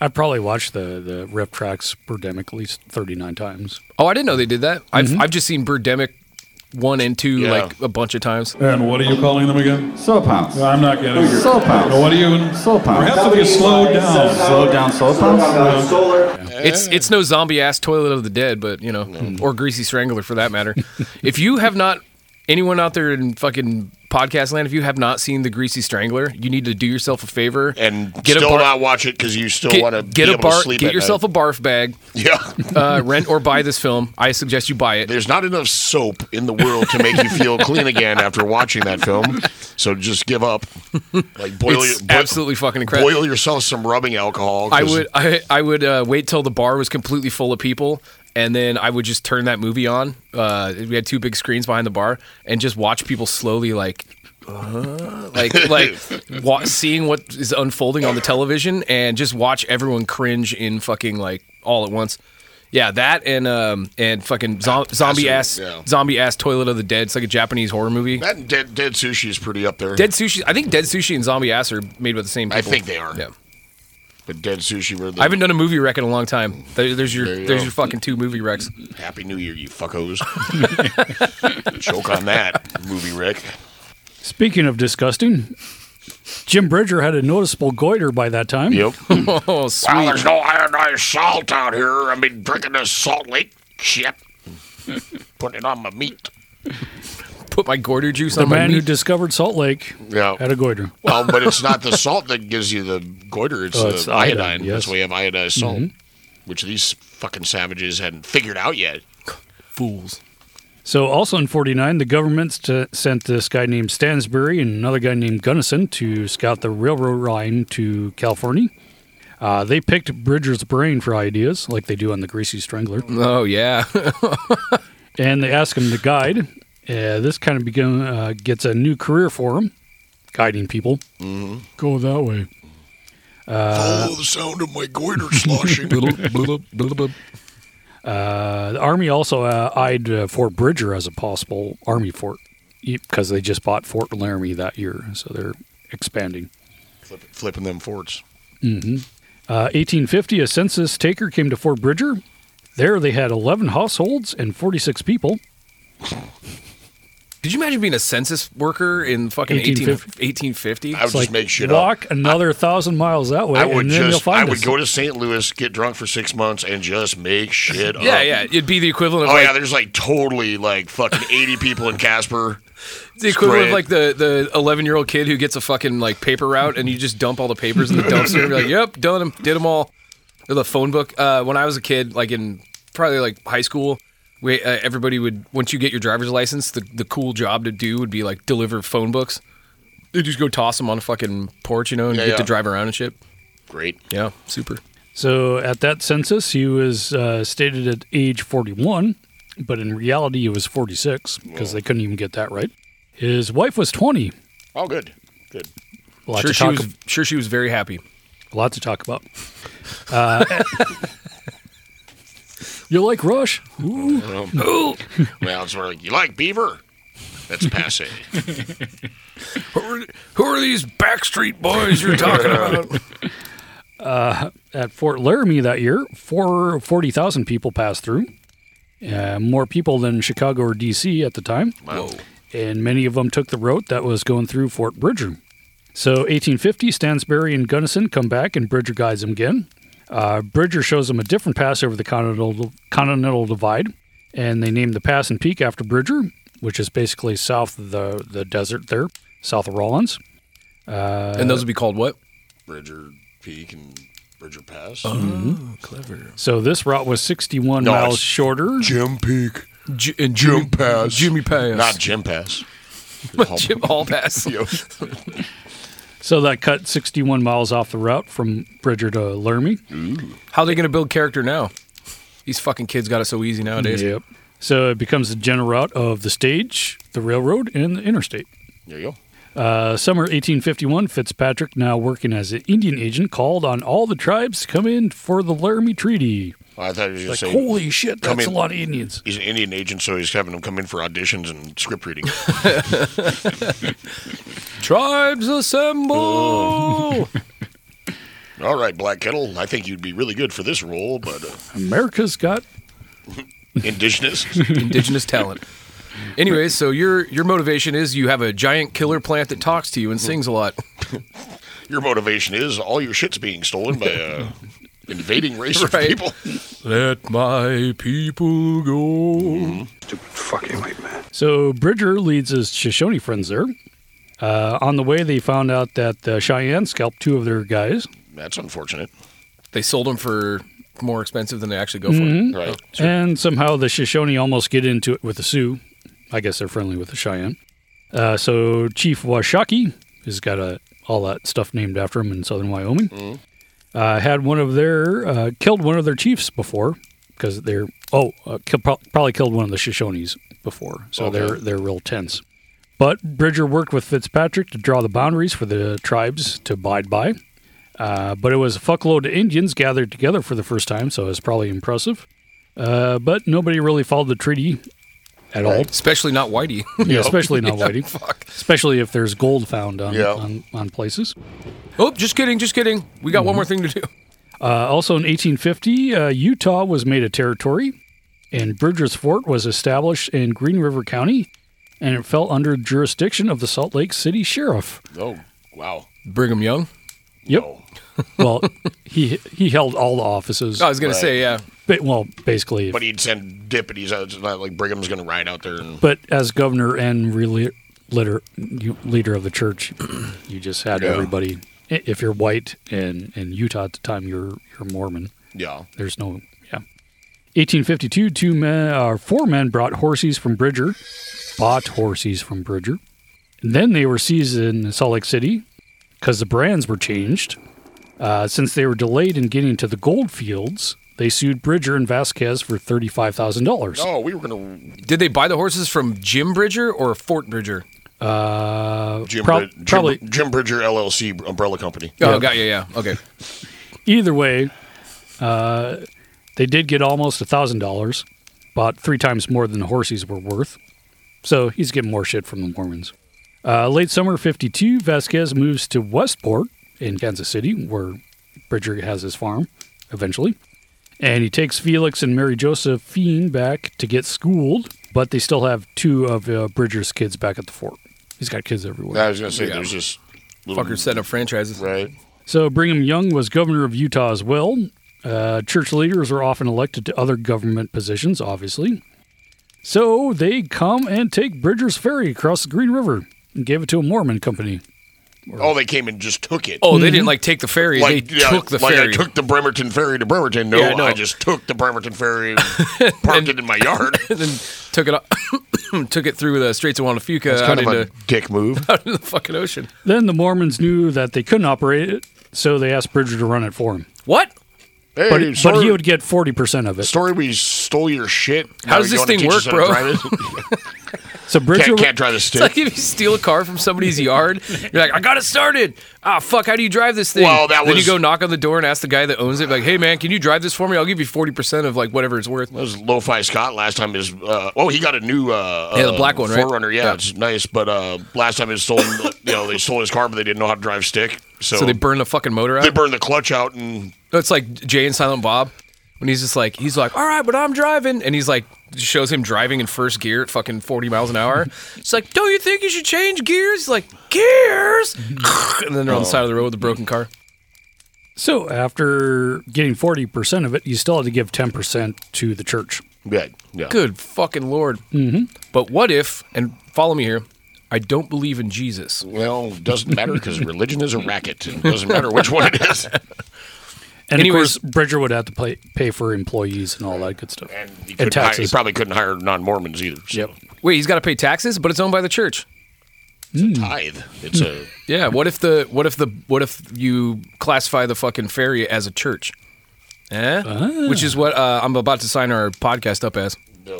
[SPEAKER 3] I probably watched the, the rep tracks Birdemic at least 39 times.
[SPEAKER 1] Oh, I didn't know they did that.
[SPEAKER 2] Mm-hmm.
[SPEAKER 1] I've, I've just seen Birdemic 1 and 2
[SPEAKER 3] Yeah.
[SPEAKER 1] like a bunch of times.
[SPEAKER 15] And what are you calling them again? Soap house. I'm not getting it.
[SPEAKER 1] Soap house.
[SPEAKER 15] Now, What are you? Soap house. Perhaps if you slow down. Slow down. Soap house.
[SPEAKER 1] It's it's no zombie ass toilet of the dead, but you know, or greasy strangler for that matter. if you have not, anyone out there in fucking podcast land, if you have not seen the greasy strangler, you need to do yourself a favor
[SPEAKER 2] and
[SPEAKER 1] get
[SPEAKER 2] still
[SPEAKER 1] a bar-
[SPEAKER 2] not watch it because you still
[SPEAKER 1] get,
[SPEAKER 2] want to
[SPEAKER 1] get a
[SPEAKER 2] be able
[SPEAKER 1] bar,
[SPEAKER 2] to sleep
[SPEAKER 1] get
[SPEAKER 2] at
[SPEAKER 1] yourself
[SPEAKER 2] night.
[SPEAKER 1] a barf bag.
[SPEAKER 2] Yeah.
[SPEAKER 1] uh, rent or buy this film. I suggest you buy it.
[SPEAKER 2] There's not enough soap in the world to make you feel clean again after watching that film. So just give up. Like boil
[SPEAKER 1] It's
[SPEAKER 2] your boil-
[SPEAKER 1] absolutely fucking incredible.
[SPEAKER 2] Boil yourself some rubbing alcohol.
[SPEAKER 1] I
[SPEAKER 2] 'cause-
[SPEAKER 1] would I, I would uh, wait till the bar was completely full of people, and then I would just turn that movie on. Uh, we had two big screens behind the bar, and just watch people slowly like. Uh, like like wa- seeing what is unfolding on the television and just watch everyone cringe in fucking like all at once yeah that and um and fucking zo- zombie ass
[SPEAKER 2] yeah.
[SPEAKER 1] zombie ass toilet of the dead it's like a japanese horror movie
[SPEAKER 2] That and dead, dead sushi is pretty up there.
[SPEAKER 1] dead sushi i think dead sushi and zombie ass are made by the same people
[SPEAKER 2] I think they are.
[SPEAKER 1] yeah
[SPEAKER 2] But dead sushi were the
[SPEAKER 1] I haven't done a movie wreck in a long time. There, there's your
[SPEAKER 2] There you
[SPEAKER 1] there's
[SPEAKER 2] go.
[SPEAKER 1] your fucking two movie wrecks.
[SPEAKER 2] Happy New Year, you fuckos. Choke on that, movie Rick.
[SPEAKER 3] Speaking of disgusting, Jim Bridger had a noticeable goiter by that time.
[SPEAKER 2] Yep.
[SPEAKER 1] oh,
[SPEAKER 2] Wow, there's no iodized salt out here. I've been drinking this Salt Lake shit, putting it on my meat.
[SPEAKER 1] Put my goiter juice
[SPEAKER 3] the
[SPEAKER 1] on my
[SPEAKER 3] man who
[SPEAKER 1] meat.
[SPEAKER 3] discovered Salt Lake
[SPEAKER 2] Yeah.
[SPEAKER 3] had a goiter.
[SPEAKER 2] Well, but it's not the salt that gives you the goiter; it's
[SPEAKER 3] Oh,
[SPEAKER 2] the
[SPEAKER 3] it's
[SPEAKER 2] iodine.
[SPEAKER 3] iodine,
[SPEAKER 2] That's
[SPEAKER 3] yes.
[SPEAKER 2] why you have iodized salt,
[SPEAKER 3] Mhm.
[SPEAKER 2] which these fucking savages hadn't figured out yet.
[SPEAKER 1] Fools.
[SPEAKER 3] So, also in 49, the government st- sent this guy named Stansbury and another guy named Gunnison to scout the railroad line to California. Uh, they picked Bridger's brain for ideas, like they do on the Greasy Strangler.
[SPEAKER 1] Oh yeah.
[SPEAKER 3] and they asked him to guide. Yeah, this kind of become, uh, gets a new career for him, guiding people. Go that way. Uh,
[SPEAKER 2] Follow Oh, the sound of my goiter sloshing.
[SPEAKER 3] Uh, the Army also uh, eyed uh, Fort Bridger as a possible Army fort because they just bought Fort Laramie that year, so they're expanding.
[SPEAKER 2] Flip, flipping them forts.
[SPEAKER 3] hmm Uh, 1850, a census taker came to Fort Bridger. There they had 11 households and 46 people.
[SPEAKER 1] Did you imagine being a census worker in fucking 18,
[SPEAKER 3] 1850?
[SPEAKER 1] 1850?
[SPEAKER 2] I would just make shit up.
[SPEAKER 3] Walk another thousand miles that way,
[SPEAKER 2] I would
[SPEAKER 3] and then you'll
[SPEAKER 2] just, I
[SPEAKER 3] find
[SPEAKER 2] would
[SPEAKER 3] us.
[SPEAKER 2] go to St. Louis, get drunk for six months, and just make shit up.
[SPEAKER 1] Yeah, yeah. It'd be the equivalent of
[SPEAKER 2] Oh
[SPEAKER 1] like
[SPEAKER 2] yeah, there's like totally like fucking 80 people in Casper.
[SPEAKER 1] the equivalent of
[SPEAKER 2] Spread.
[SPEAKER 1] like the the 11 year old kid who gets a fucking like paper route and you just dump all the papers in the dumpster and be like, yep, done them, did them all. Or the phone book. Uh, when I was a kid, like in probably like high school, we uh, everybody would once you get your driver's license, the the cool job to do would be like deliver phone books. They just go toss them on a fucking porch, you know, and
[SPEAKER 2] Yeah,
[SPEAKER 1] you get
[SPEAKER 2] yeah.
[SPEAKER 1] to drive around and shit.
[SPEAKER 2] Great.
[SPEAKER 1] Yeah, super.
[SPEAKER 3] So at that census, he was uh, stated at age 41, but in reality, he was 46 because they couldn't even get that right. His wife was 20.
[SPEAKER 2] Oh, good, good.
[SPEAKER 3] Lots
[SPEAKER 1] sure,
[SPEAKER 3] of
[SPEAKER 1] she
[SPEAKER 3] talk
[SPEAKER 1] was
[SPEAKER 3] of-
[SPEAKER 1] sure she was very happy.
[SPEAKER 3] A lot to talk about. Uh, you like Rush? Ooh.
[SPEAKER 2] Um, well, it's more like you like Beaver. That's passe.
[SPEAKER 1] Who are, who are these Backstreet Boys you're talking about?
[SPEAKER 3] Uh, at Fort Laramie that year, four- 40,000 people passed through. Uh, more people than Chicago or D.C. at the time.
[SPEAKER 2] Wow.
[SPEAKER 3] And many of them took the route that was going through Fort Bridger. So 1850, Stansbury and Gunnison come back, and Bridger guides them again. Uh, Bridger shows them a different pass over the continental, continental divide, and they name the pass and peak after Bridger, which is basically south of the, the desert there, south of Rollins. Uh,
[SPEAKER 1] and those would be called what?
[SPEAKER 2] Bridger Peak and Bridger Pass.
[SPEAKER 3] Mhm.
[SPEAKER 1] clever.
[SPEAKER 3] So this route was 61
[SPEAKER 2] No,
[SPEAKER 3] miles
[SPEAKER 2] it's
[SPEAKER 3] shorter.
[SPEAKER 2] Jim Peak.
[SPEAKER 1] J- and
[SPEAKER 2] Jim Pass.
[SPEAKER 1] Jimmy Pass.
[SPEAKER 2] Not Jim Pass. Hall-
[SPEAKER 1] Jim Hall Pass.
[SPEAKER 3] So that cut 61 miles off the route from Bridger to Laramie.
[SPEAKER 1] How are they going to build character now? These fucking kids got it so easy nowadays.
[SPEAKER 3] Yep. So it becomes the general route of the stage, the railroad, and the interstate.
[SPEAKER 2] There you go.
[SPEAKER 3] Uh, summer 1851, Fitzpatrick, now working as an Indian agent, called on all the tribes to come in for the Laramie Treaty.
[SPEAKER 2] I thought you were
[SPEAKER 3] Like,
[SPEAKER 2] just saying,
[SPEAKER 3] holy shit,
[SPEAKER 2] come
[SPEAKER 3] that's
[SPEAKER 2] in-
[SPEAKER 3] a lot of Indians.
[SPEAKER 2] He's an Indian agent, so he's having them come in for auditions and script reading.
[SPEAKER 1] Tribes assemble!
[SPEAKER 2] All right, Black Kettle, I think you'd be really good for this role, but uh,
[SPEAKER 3] America's got
[SPEAKER 2] indigenous.
[SPEAKER 1] Indigenous talent. Anyways, so your your motivation is you have a giant killer plant that talks to you and sings a lot.
[SPEAKER 2] Your motivation is all your shit's being stolen by uh, invading race of
[SPEAKER 1] Right.
[SPEAKER 2] people.
[SPEAKER 1] Let my people go.
[SPEAKER 3] So Bridger leads his Shoshone friends there. Uh, on the way, they found out that the Cheyenne scalped two of their guys.
[SPEAKER 2] That's unfortunate.
[SPEAKER 1] They sold them for more expensive than they actually go for.
[SPEAKER 3] Mhm.
[SPEAKER 2] Right.
[SPEAKER 3] And somehow the Shoshone almost get into it with the Sioux. I guess they're friendly with the Cheyenne. Uh, so Chief Washakie has got a, all that stuff named after him in southern Wyoming. Uh, had one of their uh, killed one of their chiefs before because they're oh uh, kill, pro- probably killed one of the Shoshones before, so
[SPEAKER 2] Okay.
[SPEAKER 3] they're they're real tense. But Bridger worked with Fitzpatrick to draw the boundaries for the tribes to abide by. Uh, but it was a fuckload of Indians gathered together for the first time, so it's probably impressive. Uh, but nobody really followed the treaty at all.
[SPEAKER 1] Especially not Whitey.
[SPEAKER 3] Yeah, especially not
[SPEAKER 1] Yeah,
[SPEAKER 3] Whitey.
[SPEAKER 1] Fuck.
[SPEAKER 3] Especially if there's gold found on
[SPEAKER 1] Yeah.
[SPEAKER 3] on, on places.
[SPEAKER 1] Oh, just kidding, just kidding. We got one more thing to do.
[SPEAKER 3] Uh, also in 1850, uh, Utah was made a territory, and Bridger's Fort was established in Green River County, and it fell under jurisdiction of the Salt Lake City Sheriff.
[SPEAKER 2] Oh, wow. Oh.
[SPEAKER 1] Brigham Young.
[SPEAKER 3] Yep. well, he he held all the offices.
[SPEAKER 1] Oh, I was gonna say yeah.
[SPEAKER 3] Ba- well, basically,
[SPEAKER 2] But he'd send deputies out. It's not like Brigham's going to ride out there and
[SPEAKER 3] but as governor and really leader leader of the church, you just had
[SPEAKER 2] Yeah.
[SPEAKER 3] everybody. i- If you're white and in Utah at the time, you're you're Mormon.
[SPEAKER 2] yeah.
[SPEAKER 3] There's no yeah. 1852, two men, uh, four men brought horses from Bridger, bought horses from Bridger. And then they were seized in Salt Lake City because the brands were changed. Uh, since they were delayed in getting to the gold fields, They sued Bridger and Vasquez for thirty-five thousand dollars.
[SPEAKER 2] No, Oh, we were going
[SPEAKER 1] Did they buy the horses from Jim Bridger or Fort Bridger?
[SPEAKER 3] Uh,
[SPEAKER 2] to Jim,
[SPEAKER 3] prob-
[SPEAKER 2] Brid- Jim-
[SPEAKER 3] probably
[SPEAKER 2] Jim Bridger LLC umbrella company.
[SPEAKER 1] Oh, got you. Yeah. Okay.
[SPEAKER 3] either way, uh, they did get almost a thousand dollars, bought three times more than the horses were worth. So he's getting more shit from the Mormons. Uh, late summer '52, Vasquez moves to Westport in Kansas City, where Bridger has his farm. Eventually, and he takes Felix and Mary Josephine back to get schooled, but they still have two of uh, Bridger's kids back at the fort. He's got kids everywhere.
[SPEAKER 2] I was going to say there's just little-
[SPEAKER 1] Fuckers setting up franchises.
[SPEAKER 2] Right.
[SPEAKER 3] So Brigham Young was governor of Utah as well. Uh, church leaders are often elected to other government positions, obviously. So they come and take Bridger's Ferry across the Green River and gave it to a Mormon company.
[SPEAKER 2] Oh, they came and just took it.
[SPEAKER 1] Oh, they didn't like take the ferry. they
[SPEAKER 2] yeah,
[SPEAKER 1] took the
[SPEAKER 2] like
[SPEAKER 1] ferry.
[SPEAKER 2] I took the Bremerton ferry to Bremerton. No,
[SPEAKER 1] Yeah, no.
[SPEAKER 2] I just took the Bremerton ferry, and parked it in my yard.
[SPEAKER 1] and then took it up, took it through the Straits of Juan de Fuca
[SPEAKER 2] That's
[SPEAKER 1] out
[SPEAKER 2] kind of
[SPEAKER 1] into
[SPEAKER 2] a dick move.
[SPEAKER 1] out in the fucking ocean.
[SPEAKER 3] Then the Mormons knew that they couldn't operate it, so they asked Bridger to run it for him.
[SPEAKER 1] What?
[SPEAKER 2] Hey,
[SPEAKER 3] but, but
[SPEAKER 2] sorry,
[SPEAKER 3] he would get 40% of it.
[SPEAKER 2] sorry we stole your shit.
[SPEAKER 1] How
[SPEAKER 2] Now
[SPEAKER 1] does
[SPEAKER 2] you
[SPEAKER 1] this
[SPEAKER 2] wanna
[SPEAKER 1] thing
[SPEAKER 2] teach us
[SPEAKER 1] work,
[SPEAKER 2] how to
[SPEAKER 1] bro?
[SPEAKER 2] drive it?
[SPEAKER 3] So Bridger
[SPEAKER 2] can't, can't drive the
[SPEAKER 1] It's
[SPEAKER 2] stick.
[SPEAKER 1] like if you steal a car from somebody's yard, you're like, I got it started. Ah, fuck, how do you drive this thing?
[SPEAKER 2] Well, that
[SPEAKER 1] then
[SPEAKER 2] was-
[SPEAKER 1] you go knock on the door and ask the guy that owns it, like, hey man, can you drive this for me? I'll give you forty percent of like whatever it's worth.
[SPEAKER 2] That was Lo-Fi Scott last time. His uh, oh, he got a new uh,
[SPEAKER 1] Yeah, the
[SPEAKER 2] uh,
[SPEAKER 1] black one, right?
[SPEAKER 2] Forerunner. Yeah,
[SPEAKER 1] Yeah.
[SPEAKER 2] it's nice. But uh, last time it sold, you know, they sold his car, but they didn't know how to drive stick. So,
[SPEAKER 1] So, they burn the fucking motor out.
[SPEAKER 2] they burned the clutch out and
[SPEAKER 1] It's like Jay and Silent Bob when he's just like, he's like, all right, but I'm driving. And he's like, shows him driving in first gear at fucking 40 miles an hour. it's like, don't you think you should change gears? He's like, gears? and then they're on the side of the road with a broken car.
[SPEAKER 3] So after getting 40% of it, you still had to give 10% to the church.
[SPEAKER 2] yeah, yeah.
[SPEAKER 1] Good fucking lord. Mm-hmm. But what if, and follow me here, I don't believe in Jesus.
[SPEAKER 2] Well, doesn't matter because religion is a racket. It doesn't matter which one it is.
[SPEAKER 3] And
[SPEAKER 1] Anyways-
[SPEAKER 3] of course, Bridger would have to pay, pay for employees and all that good stuff. And,
[SPEAKER 2] He, couldn't hire, he
[SPEAKER 3] taxes.
[SPEAKER 2] probably couldn't hire non-Mormons either. So. Yep.
[SPEAKER 1] Wait, he's got to pay taxes, but it's owned by the church.
[SPEAKER 2] Tithe. It's a
[SPEAKER 1] Yeah. What if the what if the what if you classify the fucking ferry as a church? Eh?
[SPEAKER 3] Ah.
[SPEAKER 1] Which is what uh, I'm about to sign our podcast up as.
[SPEAKER 3] Oh.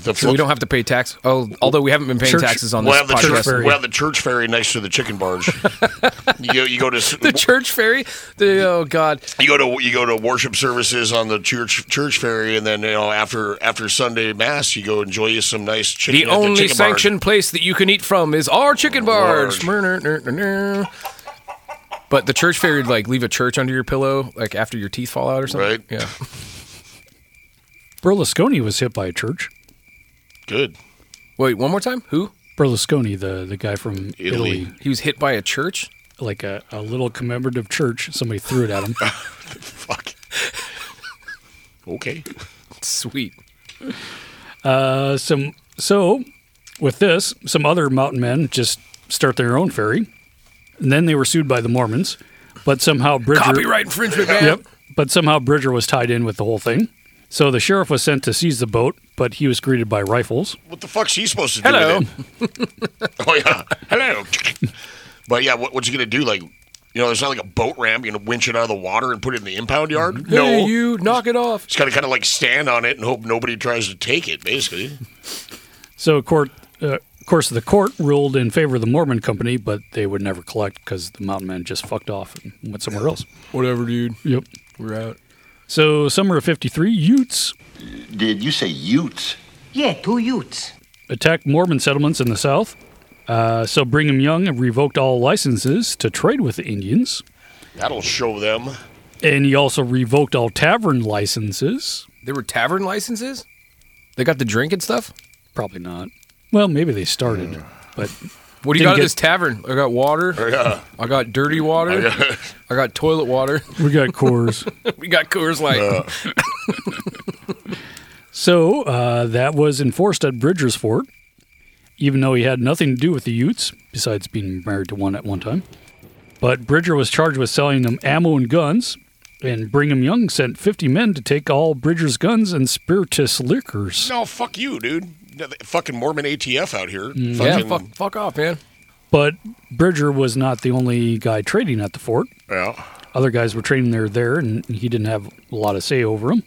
[SPEAKER 2] the
[SPEAKER 1] So we don't have to pay tax. Oh, although we haven't been paying
[SPEAKER 3] Church-
[SPEAKER 1] taxes on
[SPEAKER 2] We'll
[SPEAKER 1] this
[SPEAKER 2] have, the
[SPEAKER 1] podcast.
[SPEAKER 2] church,
[SPEAKER 3] ferry.
[SPEAKER 2] we'll have the church ferry next to the chicken barge. you, go, you go to s-
[SPEAKER 1] The church ferry. The, oh God.
[SPEAKER 2] you go to you go to worship services on the church church ferry, and then you know after after Sunday mass, you go enjoy you some nice chicken.
[SPEAKER 1] The
[SPEAKER 2] at the
[SPEAKER 1] only
[SPEAKER 2] chicken barge.
[SPEAKER 1] sanctioned place that you can eat from is our chicken barge. Murner-ner-ner-ner. But the church fairy would like leave a church under your pillow, like after your teeth fall out or something.
[SPEAKER 2] Right.
[SPEAKER 1] Yeah.
[SPEAKER 3] Berlusconi was hit by a church.
[SPEAKER 2] Good.
[SPEAKER 1] Wait, one more time. Who?
[SPEAKER 3] Berlusconi, the, the guy from Italy,
[SPEAKER 1] He was hit by a church.
[SPEAKER 3] like a, a little commemorative church, somebody threw it at him.
[SPEAKER 2] Fuck. okay.
[SPEAKER 1] Sweet.
[SPEAKER 3] uh, some So, with this, some other mountain men just start their own ferry. And then they were sued by the Mormons, but somehow Bridger.
[SPEAKER 1] Copyright infringement. Man.
[SPEAKER 3] Yep. But somehow Bridger was tied in with the whole thing. So the sheriff was sent to seize the boat, but he was greeted by rifles.
[SPEAKER 2] What the fuck's he supposed to do?
[SPEAKER 1] Hello.
[SPEAKER 2] with it? oh yeah. Hello. but yeah, what, what's he gonna do? Like, you know, there's not like a boat ramp. You know, winch it out of the water and put it in the impound yard.
[SPEAKER 1] Hey,
[SPEAKER 2] no.
[SPEAKER 1] you knock it off.
[SPEAKER 2] Just gotta kind of like stand on it and hope nobody tries to take it. Basically,
[SPEAKER 3] So court, uh, of course, the court ruled in favor of the Mormon company, but they would never collect because the mountain men just fucked off and went somewhere else.
[SPEAKER 1] Whatever, dude.
[SPEAKER 3] Yep.
[SPEAKER 1] We're out.
[SPEAKER 3] So summer of '53, Utes
[SPEAKER 16] Did you say Utes?
[SPEAKER 14] Yeah, two Utes.
[SPEAKER 3] attacked Mormon settlements in the South. Uh, so Brigham Young revoked all licenses to trade with the Indians,
[SPEAKER 2] that'll show them.
[SPEAKER 3] and he also revoked all tavern licenses.
[SPEAKER 1] There were tavern licenses. They got the drink and stuff.
[SPEAKER 3] Probably not. Well, maybe they started, but
[SPEAKER 1] What do you
[SPEAKER 3] Didn't
[SPEAKER 1] got
[SPEAKER 3] get-
[SPEAKER 1] at this tavern? I got water.
[SPEAKER 2] Yeah.
[SPEAKER 1] I got dirty water. I got toilet water.
[SPEAKER 3] we got Coors.
[SPEAKER 1] we got Coors Light.
[SPEAKER 3] So uh, that was enforced at Bridger's Fort, even though he had nothing to do with the Utes, besides being married to one at one time. But Bridger was charged with selling them ammo and guns, and Brigham Young sent 50 men to take all Bridger's guns and spirituous liquors.
[SPEAKER 2] No, fuck you, dude. No, the Fucking Mormon ATF out here.
[SPEAKER 1] Mm. yeah.
[SPEAKER 2] Fucking,
[SPEAKER 1] Fuck, fuck off, man.
[SPEAKER 3] But Bridger was not the only guy trading at the fort.
[SPEAKER 2] Yeah.
[SPEAKER 3] other guys were training there there, and he didn't have a lot of say over them.